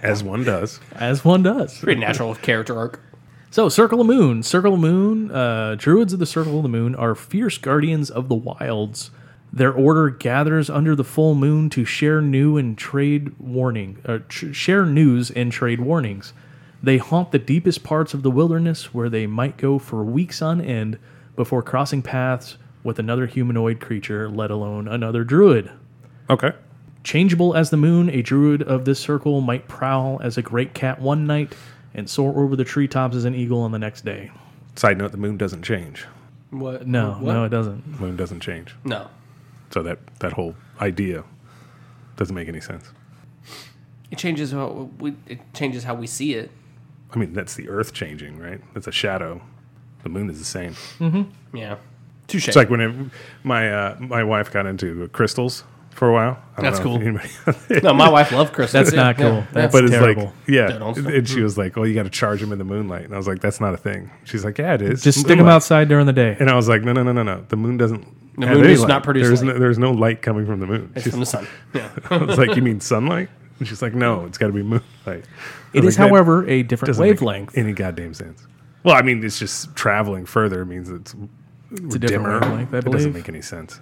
S2: As one does.
S3: as one does.
S1: Pretty natural character arc.
S3: So, Circle of Moon. Circle of Moon, uh, Druids of the Circle of the Moon are fierce guardians of the wilds. Their order gathers under the full moon to share new and trade warning, uh, tr- share news and trade warnings. They haunt the deepest parts of the wilderness where they might go for weeks on end before crossing paths with another humanoid creature, let alone another druid.
S2: Okay.
S3: Changeable as the moon, a druid of this circle might prowl as a great cat one night and soar over the treetops as an eagle on the next day.
S2: Side note the moon doesn't change.
S1: What?
S3: No,
S1: What?
S3: no, it doesn't.
S2: Moon doesn't change.
S1: No.
S2: So that, that whole idea doesn't make any sense.
S1: It changes how we. It changes how we see it.
S2: I mean, that's the earth changing, right? That's a shadow. The moon is the same.
S1: Yeah. Touche.
S2: It's like when it, my uh, my wife got into crystals for a while. I don't
S1: That's
S2: know if
S1: cool.
S2: anybody-
S1: no, my wife loved Christmas.
S3: That's not cool. That's
S2: but it's
S3: terrible.
S2: like, yeah.
S1: Don't-
S2: And
S3: Hmm.
S2: she was like, "Well, you got to charge them in the moonlight." And I was like, "That's not a thing." She's like, "Yeah, it is."
S3: Just stick them
S2: Moonlight.
S3: outside during the day.
S2: And I was like, "No, no, no, no, no. The moon doesn't.
S1: The
S2: have
S1: moon
S2: any
S1: does
S2: light.
S1: not produce
S2: There's
S1: light.
S2: no, there's no light coming from the moon."
S1: It's
S2: She's-
S1: from the sun. Yeah.
S2: I was like, "You mean sunlight?" And she's like, "No, it's got to be moonlight." I was
S3: It
S2: like,
S3: is,
S2: that
S3: however, a different
S2: doesn't make
S3: wavelength.
S2: Any goddamn sense. Well, I mean, it's just traveling further means it's,
S3: a different
S2: dimmer.
S3: wavelength, I
S2: It doesn't
S3: believe.
S2: make any sense.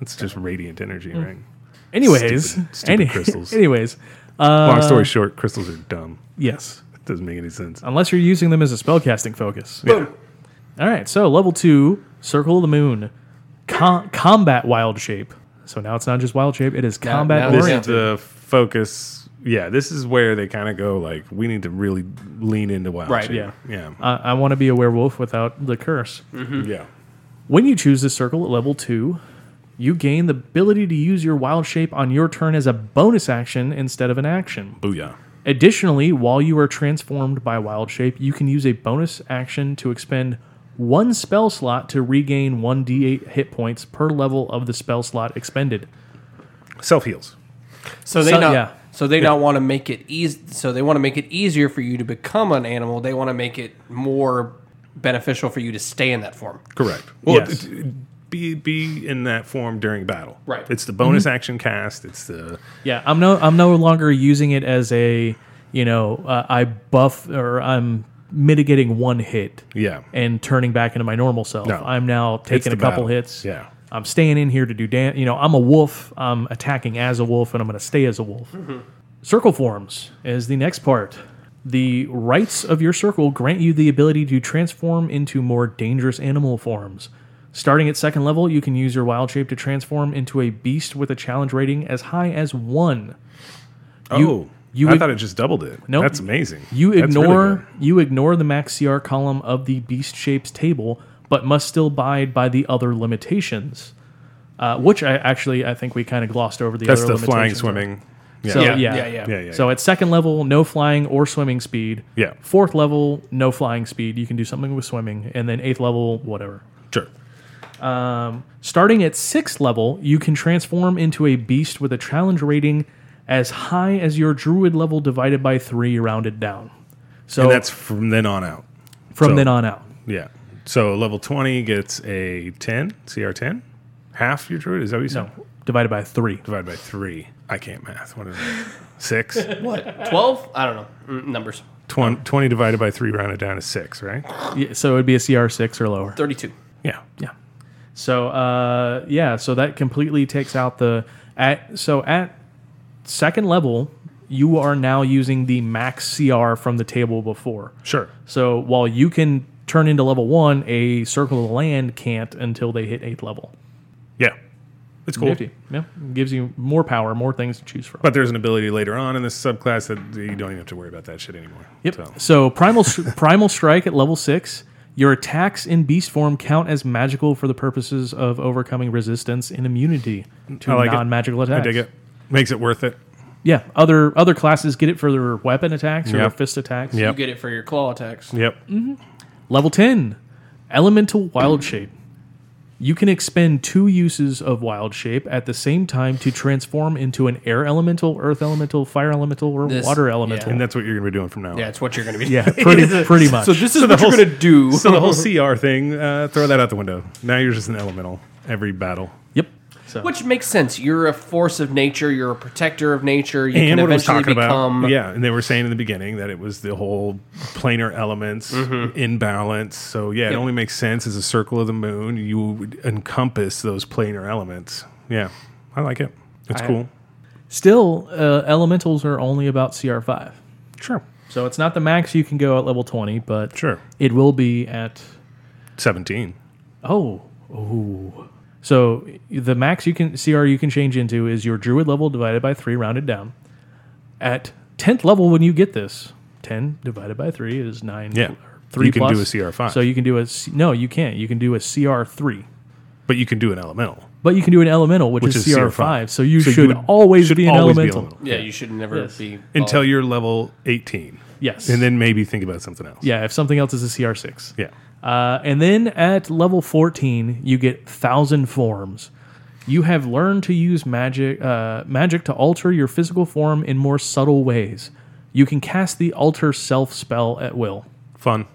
S2: It's just radiant energy, right?
S3: anyways,
S2: Stupid- stupid
S3: any-
S2: crystals.
S3: anyways,
S2: Long story short, crystals are dumb.
S3: yes.
S2: It doesn't make any sense.
S3: Unless you're using them as a spellcasting focus.
S2: Yeah.
S3: All right, so level two, Circle of the Moon, com- combat wild shape. So now it's not just wild shape; it is
S1: Now-
S3: combat
S1: now
S2: This
S1: Yeah.
S2: is
S3: oriented.
S2: the focus. Yeah, this is where they kind of go like, we need to really lean into wild.
S1: Right,
S2: shape.
S3: yeah.
S2: Yeah. Uh-huh.
S3: I, I want to be a werewolf without the curse.
S2: Yeah.
S3: When you choose this circle at level two, you gain the ability to use your wild shape on your turn as a bonus action instead of an action.
S2: Booyah.
S3: Additionally, while you are transformed by wild shape, you can use a bonus action to expend one spell slot to regain 1d8 hit points per level of the spell slot expended.
S2: Self heals.
S1: So they
S3: So-
S1: not.
S3: yeah.
S1: So they don't want to make it easy. So they want to make it easier for you to become an animal. They want to make it more beneficial for you to stay in that form.
S2: Correct. Well,
S3: Yes.
S2: it- it- be be in that form during battle.
S1: Right.
S2: It's the bonus action cast. It's the
S3: Yeah, I'm no I'm no longer using it as a, you know, uh, I buff or I'm mitigating one hit
S2: yeah.
S3: and turning back into my normal self.
S2: No.
S3: I'm now taking a
S2: the
S3: couple
S2: battle.
S3: hits.
S2: Yeah.
S3: I'm staying in here to do dance. You know, I'm a wolf. I'm attacking as a wolf, and I'm going to stay as a wolf. Circle forms is the next part. The rights of your circle grant you the ability to transform into more dangerous animal forms. Starting at second level, you can use your wild shape to transform into a beast with a challenge rating as high as one.
S2: oh,
S3: you
S2: I
S3: ig-
S2: thought it just doubled it. No,
S3: Nope.
S2: that's amazing.
S3: You
S2: That's really
S3: ignore
S2: good.
S3: you ignore the max CR column of the beast shapes table, but must still abide by the other limitations. Uh, which I actually I think we kind of glossed over the
S2: that's
S3: other
S2: the flying,
S3: limitations.
S2: swimming. Yeah.
S3: So,
S2: yeah.
S3: yeah.
S1: Yeah, yeah, yeah.
S2: Yeah, yeah,
S3: so at second level, no flying or swimming speed.
S2: Yeah.
S3: Fourth level, no flying speed. You can do something with swimming, and then eighth level, whatever.
S2: Sure.
S3: Starting at sixth level, you can transform into a beast with a challenge rating as high as your druid level divided by three, rounded down. So
S2: And that's from then on out.
S3: from
S2: so-
S3: then on out.
S2: Yeah. So level 20 gets a 10, CR 10. Half your druid? Is that what you said?
S3: No, divided by three.
S2: Divided by three. I can't math. What is it? Six?
S3: Uh.
S1: Twelve? I don't know Mm, numbers.
S2: Twen- 20 divided by three rounded down to six, right?
S3: Yeah, so it'd be a CR six or lower.
S1: Thirty-two.
S2: Yeah.
S3: Yeah. So uh, yeah, so that completely takes out the at so at second level, you are now using the max CR from the table before.
S2: Sure.
S3: So while you can turn into level one, a circle of land can't until they hit eighth level.
S2: Yeah. It's cool.
S3: Nifty. Yeah. Gives you more power, more things to choose from.
S2: But there's an ability later on in this subclass that you don't even have to worry about that shit anymore.
S3: Yep.
S2: So,
S3: So, primal primal strike at level six. Your attacks in beast form count as magical for the purposes of overcoming resistance and immunity to
S2: I like it.
S3: non-magical
S2: I
S3: attacks.
S2: dig it. Makes it worth it.
S3: Yeah. Other other classes get it for their weapon attacks or
S2: Yep.
S3: their fist attacks.
S2: Yep.
S1: You get it for your claw attacks.
S2: Yep.
S3: Mm-hmm. Level ten, elemental wild shape. You can expend two uses of wild shape at the same time to transform into an air elemental, earth elemental, fire elemental, or
S1: This-
S3: water
S1: yeah.
S3: elemental.
S2: And that's what you're going to be doing from now on.
S1: Yeah, it's what you're gonna be.
S3: Yeah, pretty pretty much.
S1: So this is what
S2: the
S1: you're
S2: whole-
S1: gonna do.
S2: So the whole CR thing, uh, throw that out the window. Now you're just an elemental every battle.
S3: yep. So
S1: Which makes sense. You're a force of nature. You're a protector of nature. You
S2: and
S1: can
S2: what I was
S1: eventually
S2: talking
S1: become.
S2: about, yeah, and they were saying in the beginning that it was the whole planar elements in balance. So yeah, it only makes sense as a circle of the moon. You would encompass those planar elements. Yeah, I like it. It's cool.
S3: Still, uh, elementals are only about CR5.
S2: Sure,
S3: So it's not the max you can go at level 20, but
S2: sure.
S3: it will be at.
S2: Seventeen.
S3: Oh, oh. So the max you can CR you can change into is your druid level divided by 3 rounded down. At 10th level when you get this, 10 divided by 3 is 9.
S2: Yeah.
S3: 3
S2: You can
S3: plus.
S2: do a CR5.
S3: So you can do a C- No, you can't. You can do a CR3.
S2: But you can do an elemental.
S3: But you can do an elemental, which,
S2: Which
S3: is,
S2: is
S3: CR5.
S2: CR5.
S3: So you
S2: So you
S3: should
S2: would-
S3: always
S2: should
S3: be an
S2: always be
S3: elemental.
S2: elemental.
S1: Yeah, you should never
S3: Yes.
S1: be
S2: Until you're level eighteen,
S3: Yes.
S2: and then maybe think about something else.
S3: yeah, if something else is a CR6.
S2: yeah.
S3: Uh, and then at level 14, you get Thousand Forms. You have learned to use magic, uh, magic to alter your physical form in more subtle ways. You can cast the Alter Self spell at will.
S2: Fun.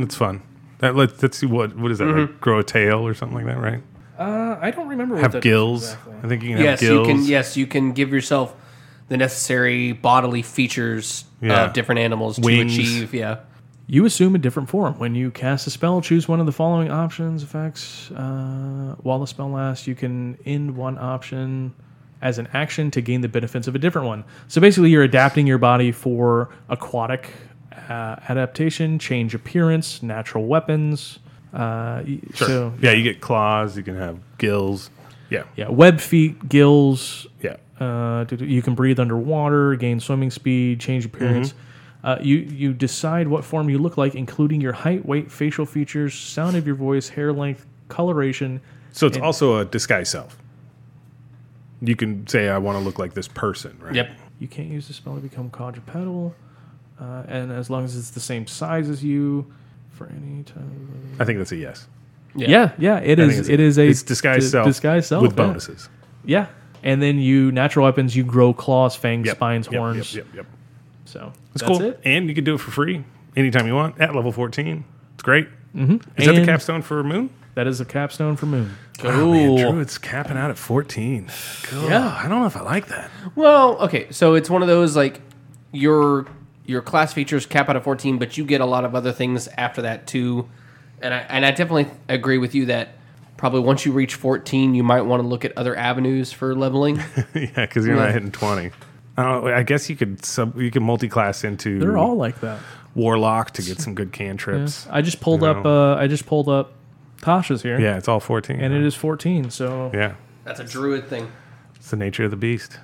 S2: It's fun. That let let's see what what is that
S3: Mm-hmm.
S2: like? Grow a tail or something like that, right?
S3: Uh, I don't remember
S2: Have gills. I think you can have
S1: yes, you
S2: gills.
S1: can. Yes, you can give yourself the necessary bodily features
S2: Yeah.
S1: of different animals
S2: Wings.
S1: to achieve. Yeah,
S3: You assume a different form. When you cast a spell, choose one of the following options, effects. Uh, while the spell lasts, you can end one option as an action to gain the benefits of a different one. So basically, you're adapting your body for aquatic uh, adaptation, change appearance, natural weapons. Uh, y- So,
S2: Yeah, you get claws. You can have gills. Yeah,
S3: yeah, web feet, gills.
S2: yeah.
S3: Uh, do- do- you can breathe underwater, gain swimming speed, change appearance.
S2: Mm-hmm.
S3: Uh, you you decide what form you look like, including your height, weight, facial features, sound of your voice, hair length, coloration.
S2: So it's also a disguise self. You can say, "I want to look like this person," right?
S1: yep.
S3: You can't use the spell to become quadrupedal, uh, and as long as it's the same size as you, for any time.
S2: I think that's a yes.
S3: Yeah, yeah, it
S2: I
S3: is.
S2: think
S3: it is a
S2: it's disguise
S3: di-
S2: self.
S3: Disguise self
S2: with
S3: yeah.
S2: bonuses.
S3: Yeah, and then you natural weapons. You grow claws, fangs,
S2: Yep,
S3: spines,
S2: yep, yep,
S3: horns.
S2: Yep, yep.
S3: So
S2: It's
S3: that's
S2: cool.
S3: it.
S2: And you can do it for free anytime you want at level fourteen. It's great. Mm-hmm. Is that the
S3: And-
S2: capstone for Moon?
S3: That is a capstone for Moon.
S2: Oh, man,
S1: Cool.
S2: Druid's capping out at fourteen.
S3: Yeah.
S2: I don't know if I like that.
S1: Well, okay, so it's one of those like your your class features cap out of fourteen, but you get a lot of other things after that too. And I and I definitely agree with you that probably once you reach fourteen, you might want to look at other avenues for leveling.
S2: yeah, because you're not hitting twenty. I, don't, I guess you could sub, you can multi-class into
S3: They're all like that.
S2: warlock to get some good cantrips.
S3: I just pulled
S2: You
S3: up. Uh, I just pulled up Tasha's here.
S2: Yeah, it's all 14.
S3: And it is 14, so
S2: Yeah.
S1: That's a druid thing.
S2: It's the nature of the beast.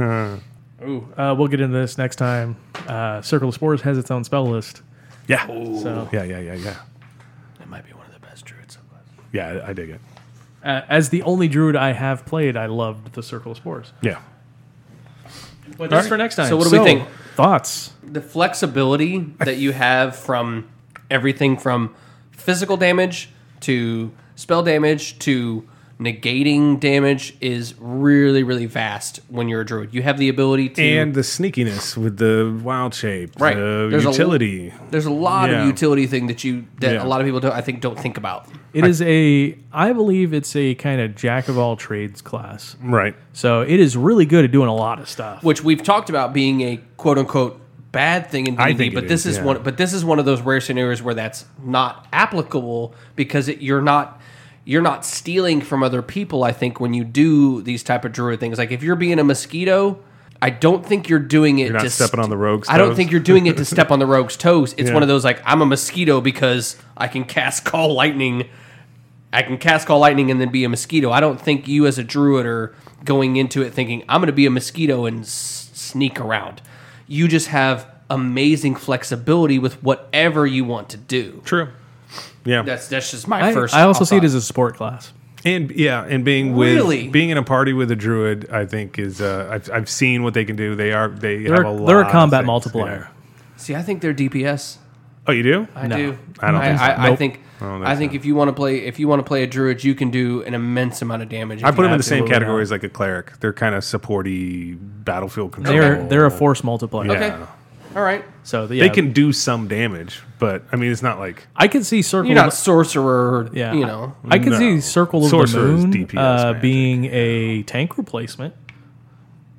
S3: uh, we'll get into this next time. Uh, Circle of Spores has its own spell list.
S2: Yeah.
S3: So
S2: Yeah, yeah, yeah, yeah.
S1: It might be one of the best druids. I've played.
S2: Yeah, I, I dig it.
S3: uh, as the only druid I have played, I loved the Circle of Spores.
S2: Yeah.
S3: But that's for next time.
S1: So what do we think?
S3: Thoughts?
S1: The flexibility that you have from everything from physical damage to spell damage to negating damage is really really vast when you're a druid. You have the ability to
S2: And the sneakiness with the wild shape,
S1: Right.
S2: the
S1: There's a l-
S2: utility.
S1: there's a lot
S2: Yeah.
S1: of utility thing that you that a
S2: Yeah.
S1: lot of people don't I think don't think about.
S3: It is a, I believe it's a kind of jack of all trades class.
S2: right.
S3: So it is really good at doing a lot of stuff.
S1: which we've talked about being a quote unquote bad thing in
S2: I
S1: D&D,
S2: think
S1: but
S2: it
S1: this
S2: is,
S1: is
S2: yeah.
S1: one but this is one of those rare scenarios where that's not applicable because it, you're not you're not stealing from other people I think when you do these type of druid things like if you're being a mosquito I don't think you're doing it you're
S2: not stepping on the rogue's
S1: I don't
S2: toes.
S1: think you're doing it to step on the rogue's toes. It's
S2: Yeah.
S1: one of those like I'm a mosquito because I can cast call lightning I can cast call lightning and then be a mosquito. I don't think you as a druid are going into it thinking I'm going to be a mosquito and s- sneak around. You just have amazing flexibility with whatever you want to do.
S2: True. Yeah.
S1: That's that's just my
S3: I,
S1: first. uh,
S3: I also see it
S1: thought.
S3: as a support class.
S2: and yeah, and being with
S1: Really?
S2: being in a party with a druid, I think is uh, I've, I've seen what they can do. They are they
S3: They're,
S2: have a lot.
S3: they're a
S2: of
S3: combat
S2: things,
S3: multiplier.
S2: yeah.
S1: see. I think they're DPS.
S2: Oh, you do?
S1: I
S3: No,
S1: do.
S2: I don't
S1: I,
S2: think so.
S1: I, I
S2: Nope.
S1: think.
S2: I don't
S1: I,
S2: think
S1: think if you want to play, if you want to play a druid, you can do an immense amount of damage.
S2: I put them in the same
S3: Absolutely
S2: category as like a cleric. They're kind of supporty battlefield control.
S3: They're they're a force multiplier.
S2: Yeah.
S1: Okay. All right.
S3: So yeah,
S2: They can do some damage, but I mean, it's not like
S3: I can see circle.
S1: You're not sorcerer. Or,
S3: yeah,
S1: You know.
S3: I can
S2: No.
S3: see circle of
S2: Sorcerer
S3: the
S2: is
S3: moon
S2: DPS
S3: uh,
S2: magic.
S3: being a tank replacement.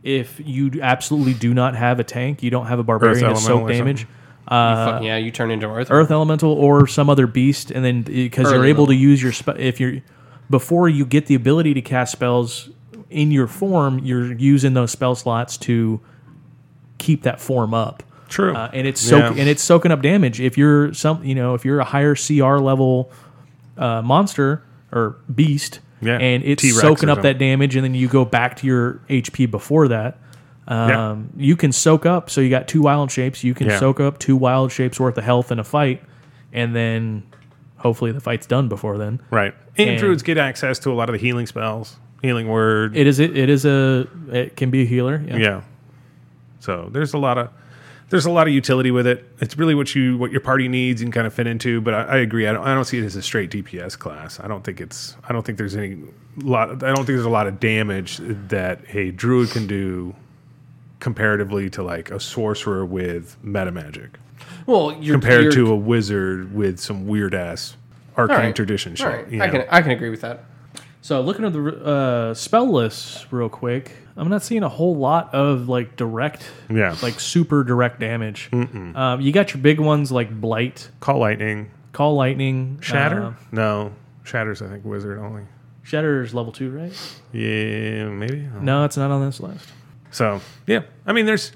S3: If you absolutely do not have a tank, you don't have a barbarian to
S2: elemental
S3: soak
S2: or
S3: damage,
S1: Fuck, yeah. You turn into earth.
S3: earth elemental or some other beast, and then because you're
S1: Earth
S3: able to use your spe- if you're before you get the ability to cast spells in your form, you're using those spell slots to keep that form up.
S2: True.
S3: uh, and it's soak-
S2: Yeah.
S3: and it's soaking up damage. If you're some, you know, if you're a higher CR level uh, monster or beast,
S2: Yeah.
S3: and it's
S2: T-Rex
S3: soaking
S2: or
S3: up that
S2: something.
S3: damage, and then you go back to your HP before that.
S2: yeah.
S3: Um, you can soak up. So you got two wild shapes. You can
S2: Yeah.
S3: soak up two wild shapes worth of health in a fight, and then hopefully the fight's done before then.
S2: right. And,
S3: and-
S2: druids get access to a lot of the healing spells, healing word.
S3: It is. It, it is a. It can be a healer. Yeah.
S2: yeah. So there's a lot of there's a lot of utility with it. It's really what you what your party needs and kind of fit into. But I, I agree. I don't, I don't see it as a straight DPS class. I don't think it's I don't think there's any lot. I don't think there's a lot of damage that a druid can do comparatively to like a sorcerer with meta magic.
S1: Well, you're,
S2: compared
S1: you're,
S2: to a wizard with some weird ass arcane
S1: All right.
S2: tradition shit.
S1: All right.
S2: you
S1: I
S2: know.
S1: can I can agree with that.
S3: So looking at the uh, spell lists real quick, I'm not seeing a whole lot of like direct,
S2: Yeah.
S3: like super direct damage. Um, you got your big ones like blight,
S2: Call lightning.
S3: call lightning,
S2: Shatter?
S3: uh,
S2: no. Shatter's I think wizard only.
S3: shatter is level two, right?
S2: Yeah, maybe. I don't-
S3: No, it's not on this list.
S2: So yeah. I mean there's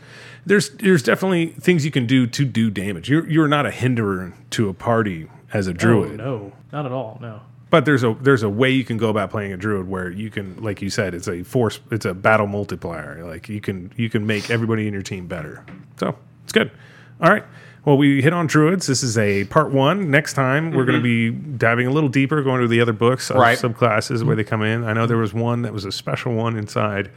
S2: there's there's definitely things you can do to do damage. You're you're not a hinderer to a party as a druid.
S3: Oh, no, not at all. No.
S2: But there's a there's a way you can go about playing a druid where you can like you said, it's a force it's a battle multiplier. Like you can you can make everybody in your team better. So it's good. All right. Well, we hit on druids. This is a part one. Next time we're going to be diving a little deeper, going to the other books, other
S1: Right.
S2: subclasses where they come in. I know there was one that was a special one inside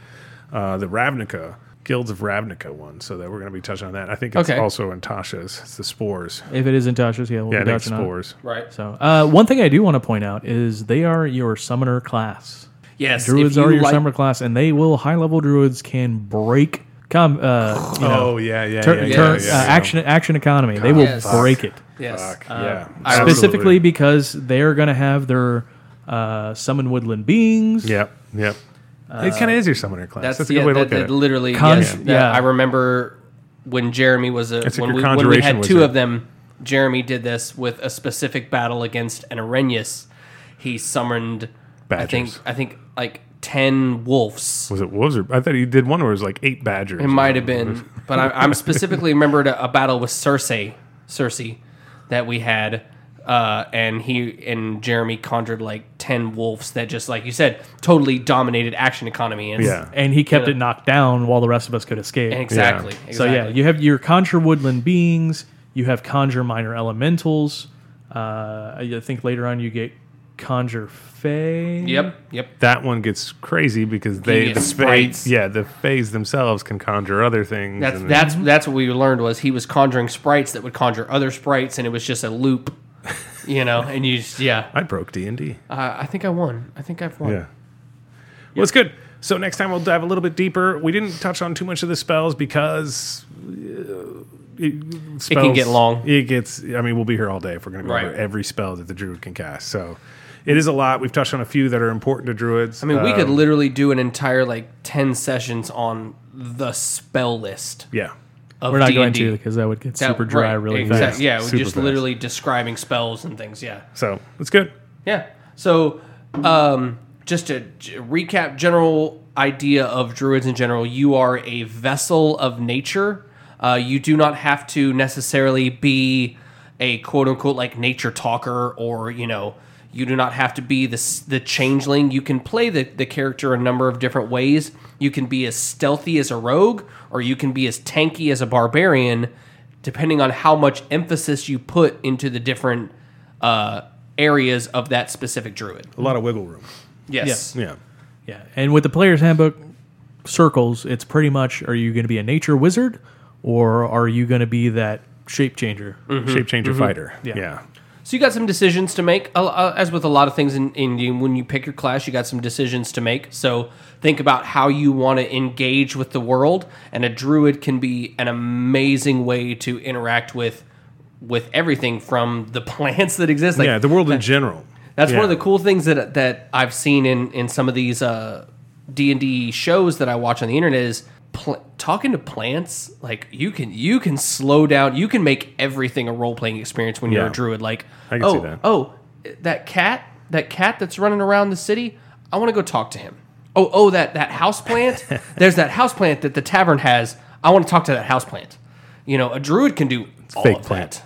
S2: uh, the Ravnica Guilds of Ravnica one, so that we're going to be touching on that. I think it's
S1: Okay.
S2: also in Tasha's. It's the spores.
S3: If it is in Tasha's, yeah, we'll
S2: Yeah, I
S3: be
S2: think it's
S3: touching on it.
S2: spores.
S1: Right.
S3: So uh, one thing I do want to point out is they are your summoner class.
S1: Yes. if
S3: Druids
S1: you
S3: are your
S1: like-
S3: summoner class, and they will high level druids can break. Com- uh, you know,
S2: Oh yeah, yeah,
S3: Tur-
S2: yeah, yeah,
S3: tur-
S2: yeah, yeah.
S3: uh, action action economy. They will
S1: Yes.
S3: break it
S1: Yes. Uh,
S2: Fuck, yeah, absolutely.
S3: specifically because they're going to have their uh, summon woodland beings.
S2: Yep, yep. it kind of is your summoner class.
S1: Uh,
S2: That's,
S1: That's,
S2: a good
S1: yeah,
S2: way to
S1: that,
S2: look
S1: that
S2: at it.
S1: literally.
S3: Con-
S1: yes,
S3: yeah.
S1: that- I remember when Jeremy was a
S2: It's like
S1: when, we,
S2: your
S1: when we
S2: conjuration
S1: had
S2: was
S1: two
S2: a-
S1: of them. Jeremy did this with a specific battle against an Arrhenius. He summoned. I think
S2: Badgers.
S1: I think like ten wolves.
S2: Was it wolves or I thought he did one where it was like eight badgers.
S1: It might have been, but I, I'm specifically remembered a, a battle with Cersei. Cersei that we had. Uh, and he and Jeremy conjured like ten wolves that just like you said totally dominated action economy. And
S2: Yeah.
S3: and he kept it knocked down while the rest of us could escape.
S1: exactly, exactly.
S3: So yeah, you have your conjure woodland beings. You have conjure minor elementals. Uh, I think later on you get conjure fae.
S1: Yep, yep.
S2: That one gets crazy because they
S1: get
S2: the
S1: sprites.
S2: phase, yeah the phase themselves can conjure other things.
S1: That's
S2: and-
S1: that's that's what we learned was he was conjuring sprites that would conjure other sprites, and it was just a loop, you know. And you just, yeah,
S2: I broke D and D.
S1: uh, I think I won. I think I've won.
S2: Yeah. Well, it's good. So next time we'll dive a little bit deeper. We didn't touch on too much of the spells because uh, it, spells,
S1: get long.
S2: It gets. I mean, we'll be here all day if we're going to go
S1: Right.
S2: over every spell that the druid can cast. So it is a lot. We've touched on a few that are important to druids. Uh,
S1: I mean, we
S3: Um,
S1: could literally do an entire like ten sessions on the spell list.
S2: yeah.
S1: Of
S3: We're not
S1: D&D.
S3: going to because that would get
S1: That-
S3: super dry
S1: right,
S3: really
S1: exact-
S3: fast.
S1: Yeah,
S2: Super
S1: just
S2: fast.
S1: literally describing spells and things. Yeah,
S2: So it's good.
S1: yeah. So, um, just to j- recap, general idea of druids in general, you are a vessel of nature. Uh, you do not have to necessarily be a quote unquote like nature talker, or you know, you do not have to be the s- the changeling. You can play the the character a number of different ways. You can be as stealthy as a rogue, or you can be as tanky as a barbarian depending on how much emphasis you put into the different uh, areas of that specific druid.
S2: A lot of wiggle room.
S1: Yes.
S2: Yeah.
S3: Yeah, and with the player's handbook circles, it's pretty much: Are you going to be a nature wizard, or are you going to be that shape changer?
S1: Mm-hmm.
S2: Shape changer fighter. Yeah.
S1: So you got some decisions to make, A- a- as with a lot of things in, in you- when you pick your class, you got some decisions to make. So think about how you want to engage with the world, and a druid can be an amazing way to interact with with everything from the plants that exist. Like
S2: yeah. The world in general.
S1: That's one
S2: Yeah.
S1: of the cool things that that I've seen in in some of these uh, D and D shows that I watch on the internet is pl- talking to plants. Like you can you can slow down. You can make everything a role playing experience when you're
S2: Yeah.
S1: a druid. Like
S2: I can
S1: oh
S2: see that.
S1: oh that cat that cat that's running around the city. I want to go talk to him. Oh oh that that house plant. There's that house plant that the tavern has. I want to talk to that house plant. You know a druid can do all
S2: fake
S1: of
S2: plant.
S1: that.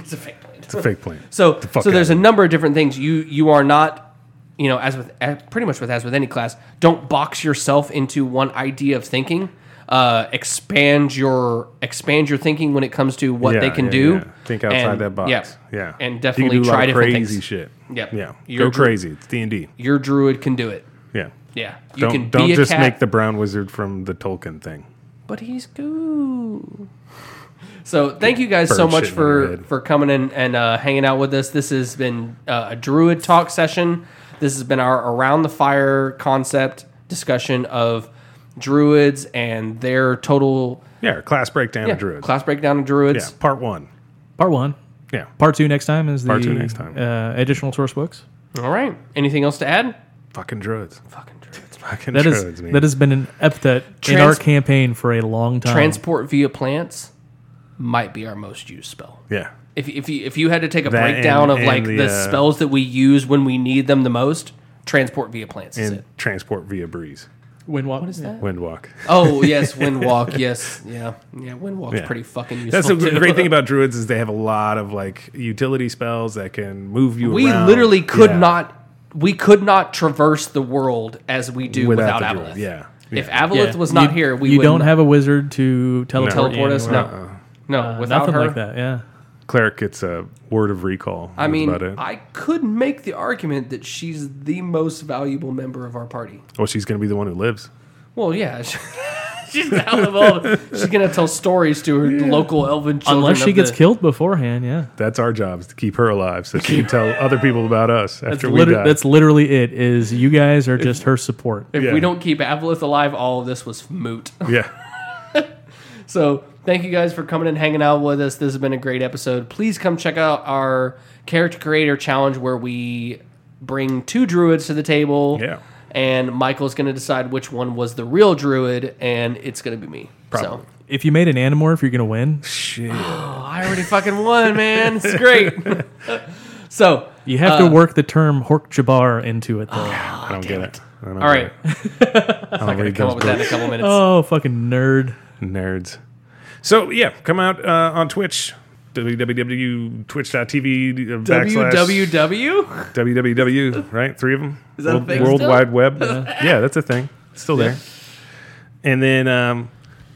S1: It's a fake plant.
S2: It's a fake plan.
S1: So
S2: The fuck
S1: so there's
S2: out
S1: a
S2: of
S1: number of different things. You you are not, you know, as with eh, pretty much with as with any class, don't box yourself into one idea of thinking. Uh, expand your expand your thinking when it comes to what
S2: Yeah,
S1: they can
S2: yeah,
S1: do.
S2: yeah. Think outside
S1: And-
S2: that box.
S1: Yeah,
S2: Yeah. Yeah. You can
S1: and
S2: do
S1: definitely
S2: a lot
S1: try
S2: of
S1: different
S2: crazy
S1: things.
S2: shit.
S1: Yep.
S2: Yeah.
S1: Your
S2: Go
S1: dru-
S2: crazy. It's D and D.
S1: Your druid can do it.
S2: Yeah.
S1: Yeah, you
S2: don't
S1: can
S2: don't
S1: be
S2: just
S1: a cat,
S2: make the brown wizard from the Tolkien thing.
S1: but he's cool. So thank you guys so
S2: Bird
S1: much
S2: shit in your
S1: for
S2: head.
S1: for coming in and uh, hanging out with us. This has been uh, a Druid talk session. This has been our around the fire concept discussion of Druids and their total
S2: Yeah, or class breakdown of druids.
S1: class breakdown of Druids.
S2: yeah, part one.
S3: Part one,
S2: Yeah.
S3: part two next time is the
S2: Part two next time.
S3: Uh, additional source books.
S1: All right. Anything else to add?
S2: Fucking druids.
S1: Fucking Druids.
S2: Fucking
S3: That is
S2: druids, man.
S3: that has been an epithet in
S1: Trans-
S3: our campaign for a long
S2: Um,
S3: time.
S1: Transport via plants might be our most used spell.
S2: yeah.
S1: If, if, you, if you had to take a
S2: That and-
S1: breakdown of
S2: and
S1: like the,
S2: the, uh,
S1: spells that we use when we need them the most, transport via plants is
S2: And
S1: it.
S2: transport via breeze.
S3: when what, what
S1: Is that?
S2: Windwalk.
S1: Oh yes, Windwalk. Yes, yeah, yeah. Windwalk's
S2: Yeah.
S1: pretty fucking useful.
S2: That's the
S1: too.
S2: great thing about druids is they have a lot of like utility spells that can move you
S1: We
S2: around.
S1: literally could
S2: Yeah.
S1: not. We could not traverse the world as we do without,
S2: the
S1: Avalith.
S2: druid. Yeah.
S1: If
S2: yeah.
S1: Avalith was not here, we
S3: you
S1: would
S3: don't have a wizard to teleport,
S1: teleport us. No,
S3: anywhere.
S1: no.
S2: Uh-uh.
S3: Uh,
S1: without
S3: nothing
S1: her,
S3: like that. Yeah,
S2: cleric gets a word of recall.
S1: I
S2: That's
S1: mean,
S2: about it.
S1: I could make the argument that she's the most valuable member of our party.
S2: well, she's going to be the one who lives.
S1: Well, yeah. she- She's gonna live all- She's gonna tell stories to her local elven children.
S3: unless she
S1: of
S3: gets
S1: the-
S3: killed beforehand. Yeah,
S2: That's our job is to keep her alive so she can tell other people about us
S3: that's,
S2: after we
S3: liter-
S2: die.
S3: that's literally it. Is you guys are just her support.
S1: If
S2: Yeah.
S1: we don't keep Avalith alive, all of this was moot.
S2: yeah.
S1: So thank you guys for coming and hanging out with us. This has been a great episode. Please come check out our character creator challenge where we bring two druids to the table.
S2: Yeah.
S1: And Michael's going to decide which one was the real druid, and it's going to be me.
S2: Probably.
S1: So
S3: If you made an animorph, you're gonna win.
S2: Shit.
S1: Oh, I already fucking won, man. It's great. so
S3: You have to work the term Hork Jabbar into it, though.
S2: I don't get it. I don't
S1: all right,
S2: I don't read
S1: come up
S2: those
S1: with that in a
S2: books.
S1: couple minutes.
S3: Oh, fucking Oh, nerd.
S2: Nerds. So yeah, come out uh, on Twitch. www.twitch.tv uh, backslash
S1: www.
S2: www right three of them is
S1: that a thing
S2: world
S1: still?
S2: wide web yeah that's a thing it's still there and then um,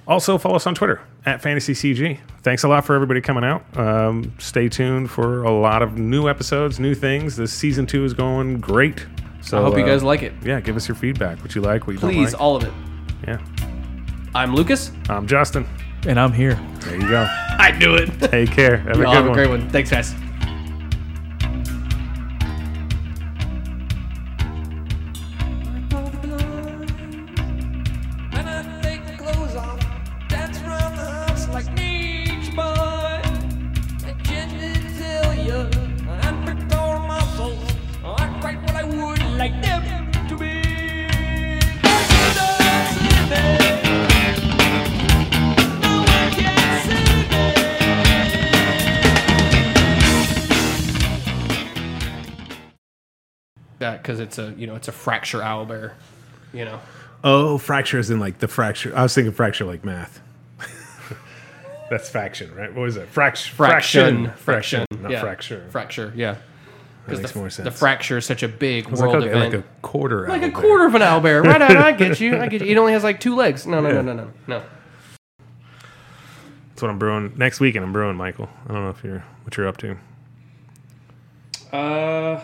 S2: also follow us on twitter at fantasycg thanks a lot for everybody coming out um, stay tuned for a lot of new episodes new things this season two is going great so
S1: I hope you
S2: uh,
S1: guys like it.
S2: yeah give us your feedback what you like what you
S1: Please,
S2: don't like
S1: all of it.
S2: yeah
S1: I'm Lucas.
S2: i'm justin
S3: And I'm here.
S2: there you go
S1: I knew it.
S2: take care have a
S1: Y'all
S2: good
S1: have a
S2: one
S1: great one. Thanks, guys.
S5: When I take the clothes off, dance around the house like Beach Boy. I genitalia and pectoral muscles aren't quite what I would like them to be. No one can see me.
S1: That because it's a you know it's a fracture owl bear, you know.
S2: Oh, fracture is in like the fracture. I was thinking fracture like math. That's faction, right? What was it? Fraction.
S1: Fraction,
S2: Fraction.
S1: fraction,
S2: Not
S1: yeah.
S2: fracture.
S1: fracture, yeah. Because
S2: makes
S1: the,
S2: more
S1: the
S2: sense.
S1: fracture is such a big
S2: It's like,
S1: world
S2: okay, like
S1: event.
S2: a quarter.
S1: Like
S2: owl
S1: a
S2: there.
S1: quarter of an owl bear, right? I, I get you. I get you. It only has like two legs. No, no,
S2: Yeah.
S1: no, no, no, no.
S2: That's what I'm brewing next weekend. I'm brewing, Michael. I don't know if you're what you're up to.
S3: Uh,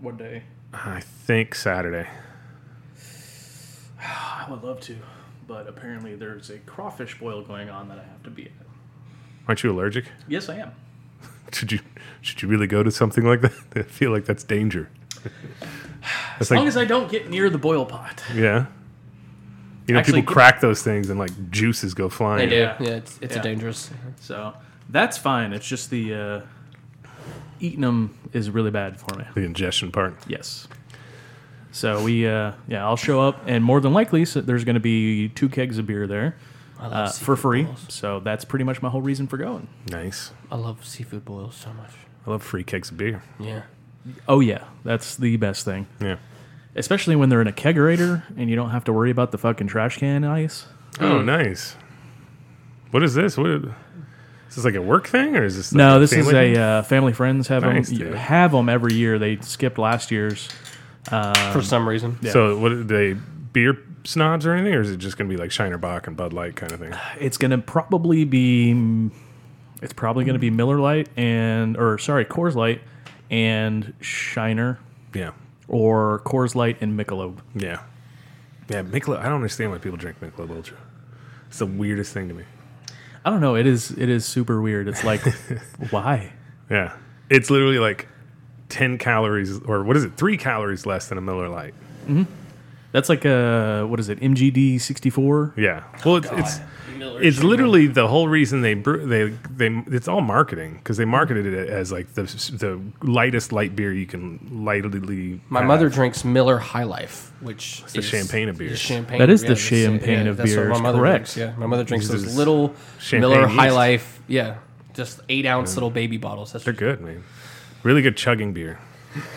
S3: what day?
S2: I think Saturday.
S3: I would love to, but apparently there's a crawfish boil going on that I have to be at.
S2: Aren't you allergic?
S3: Yes, I am.
S2: Should you should you really go to something like that? I feel like that's danger. That's
S3: As long
S2: like
S3: as I don't get near the boil pot.
S2: yeah. You know,
S3: Actually,
S2: people crack those things and like juices go
S1: They
S2: flying.
S1: do.
S3: Yeah.
S1: Yeah, it's it's
S3: Yeah.
S1: a dangerous.
S3: So that's fine. It's just the uh, eating them is really bad for me.
S2: The ingestion part.
S3: Yes. So we, uh, yeah, I'll show up, and more than likely, so there's going to be two kegs of beer there uh, for free. So that's pretty much my whole reason for going.
S2: Nice.
S1: I love seafood boils so much.
S2: I love free cakes of beer.
S1: Yeah.
S3: Oh yeah, that's the best thing,
S2: Yeah.
S3: especially when they're in a kegerator and you don't have to worry about the fucking trash can ice. Hmm.
S2: Oh, nice. What is this? What is, is this like a work thing or is this? Like
S3: No, this is
S2: family thing?
S3: a uh, family friends have
S2: Nice,
S3: them
S2: dude.
S3: have them every year. They skipped last year's.
S1: For some reason.
S3: uh,
S2: So what are they beer snobs or anything, or is it just gonna be like Shiner Bach and Bud Light kind of thing?
S3: It's gonna probably be. It's probably gonna be Miller Light and or sorry Coors Light and Shiner
S2: Yeah,
S3: or Coors Light and Michelob.
S2: yeah, yeah. Michelob. I don't understand why people drink Michelob Ultra. It's the weirdest thing to me.
S3: I don't know. It is it is super weird. It's like why?
S2: Yeah, it's literally like ten calories, or what is it? Three calories less than a Miller Light.
S3: That's like a what is it? MGD sixty four.
S2: Yeah. Well, it's it's, it's literally the whole reason they brew, they they it's all marketing because they marketed it as like the the lightest light beer you can lightly.
S1: My
S2: have.
S1: mother drinks Miller High Life, which is
S2: the champagne of beers.
S1: Champagne.
S3: That is the
S1: that's it.
S3: champagne of
S1: that's what
S3: beers,
S1: My mother
S3: correct.
S1: Drinks, yeah, my mother drinks
S2: Uses
S1: those little
S2: champagne
S1: Miller High
S2: yeast.
S1: Life. Yeah, just eight ounce little baby bottles. That's
S2: They're good, man. Really good chugging beer.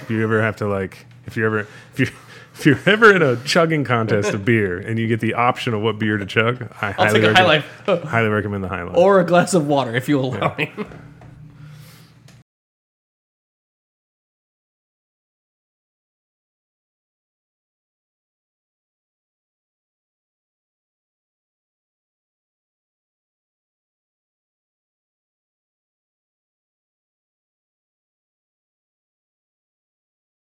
S2: If you ever have to like, if you're ever if you if you're ever in a chugging contest of beer and you get the option of what beer to chug, I highly
S1: take a High
S2: recommend, highly recommend the High Life.
S1: Or a glass of water, if you allow me.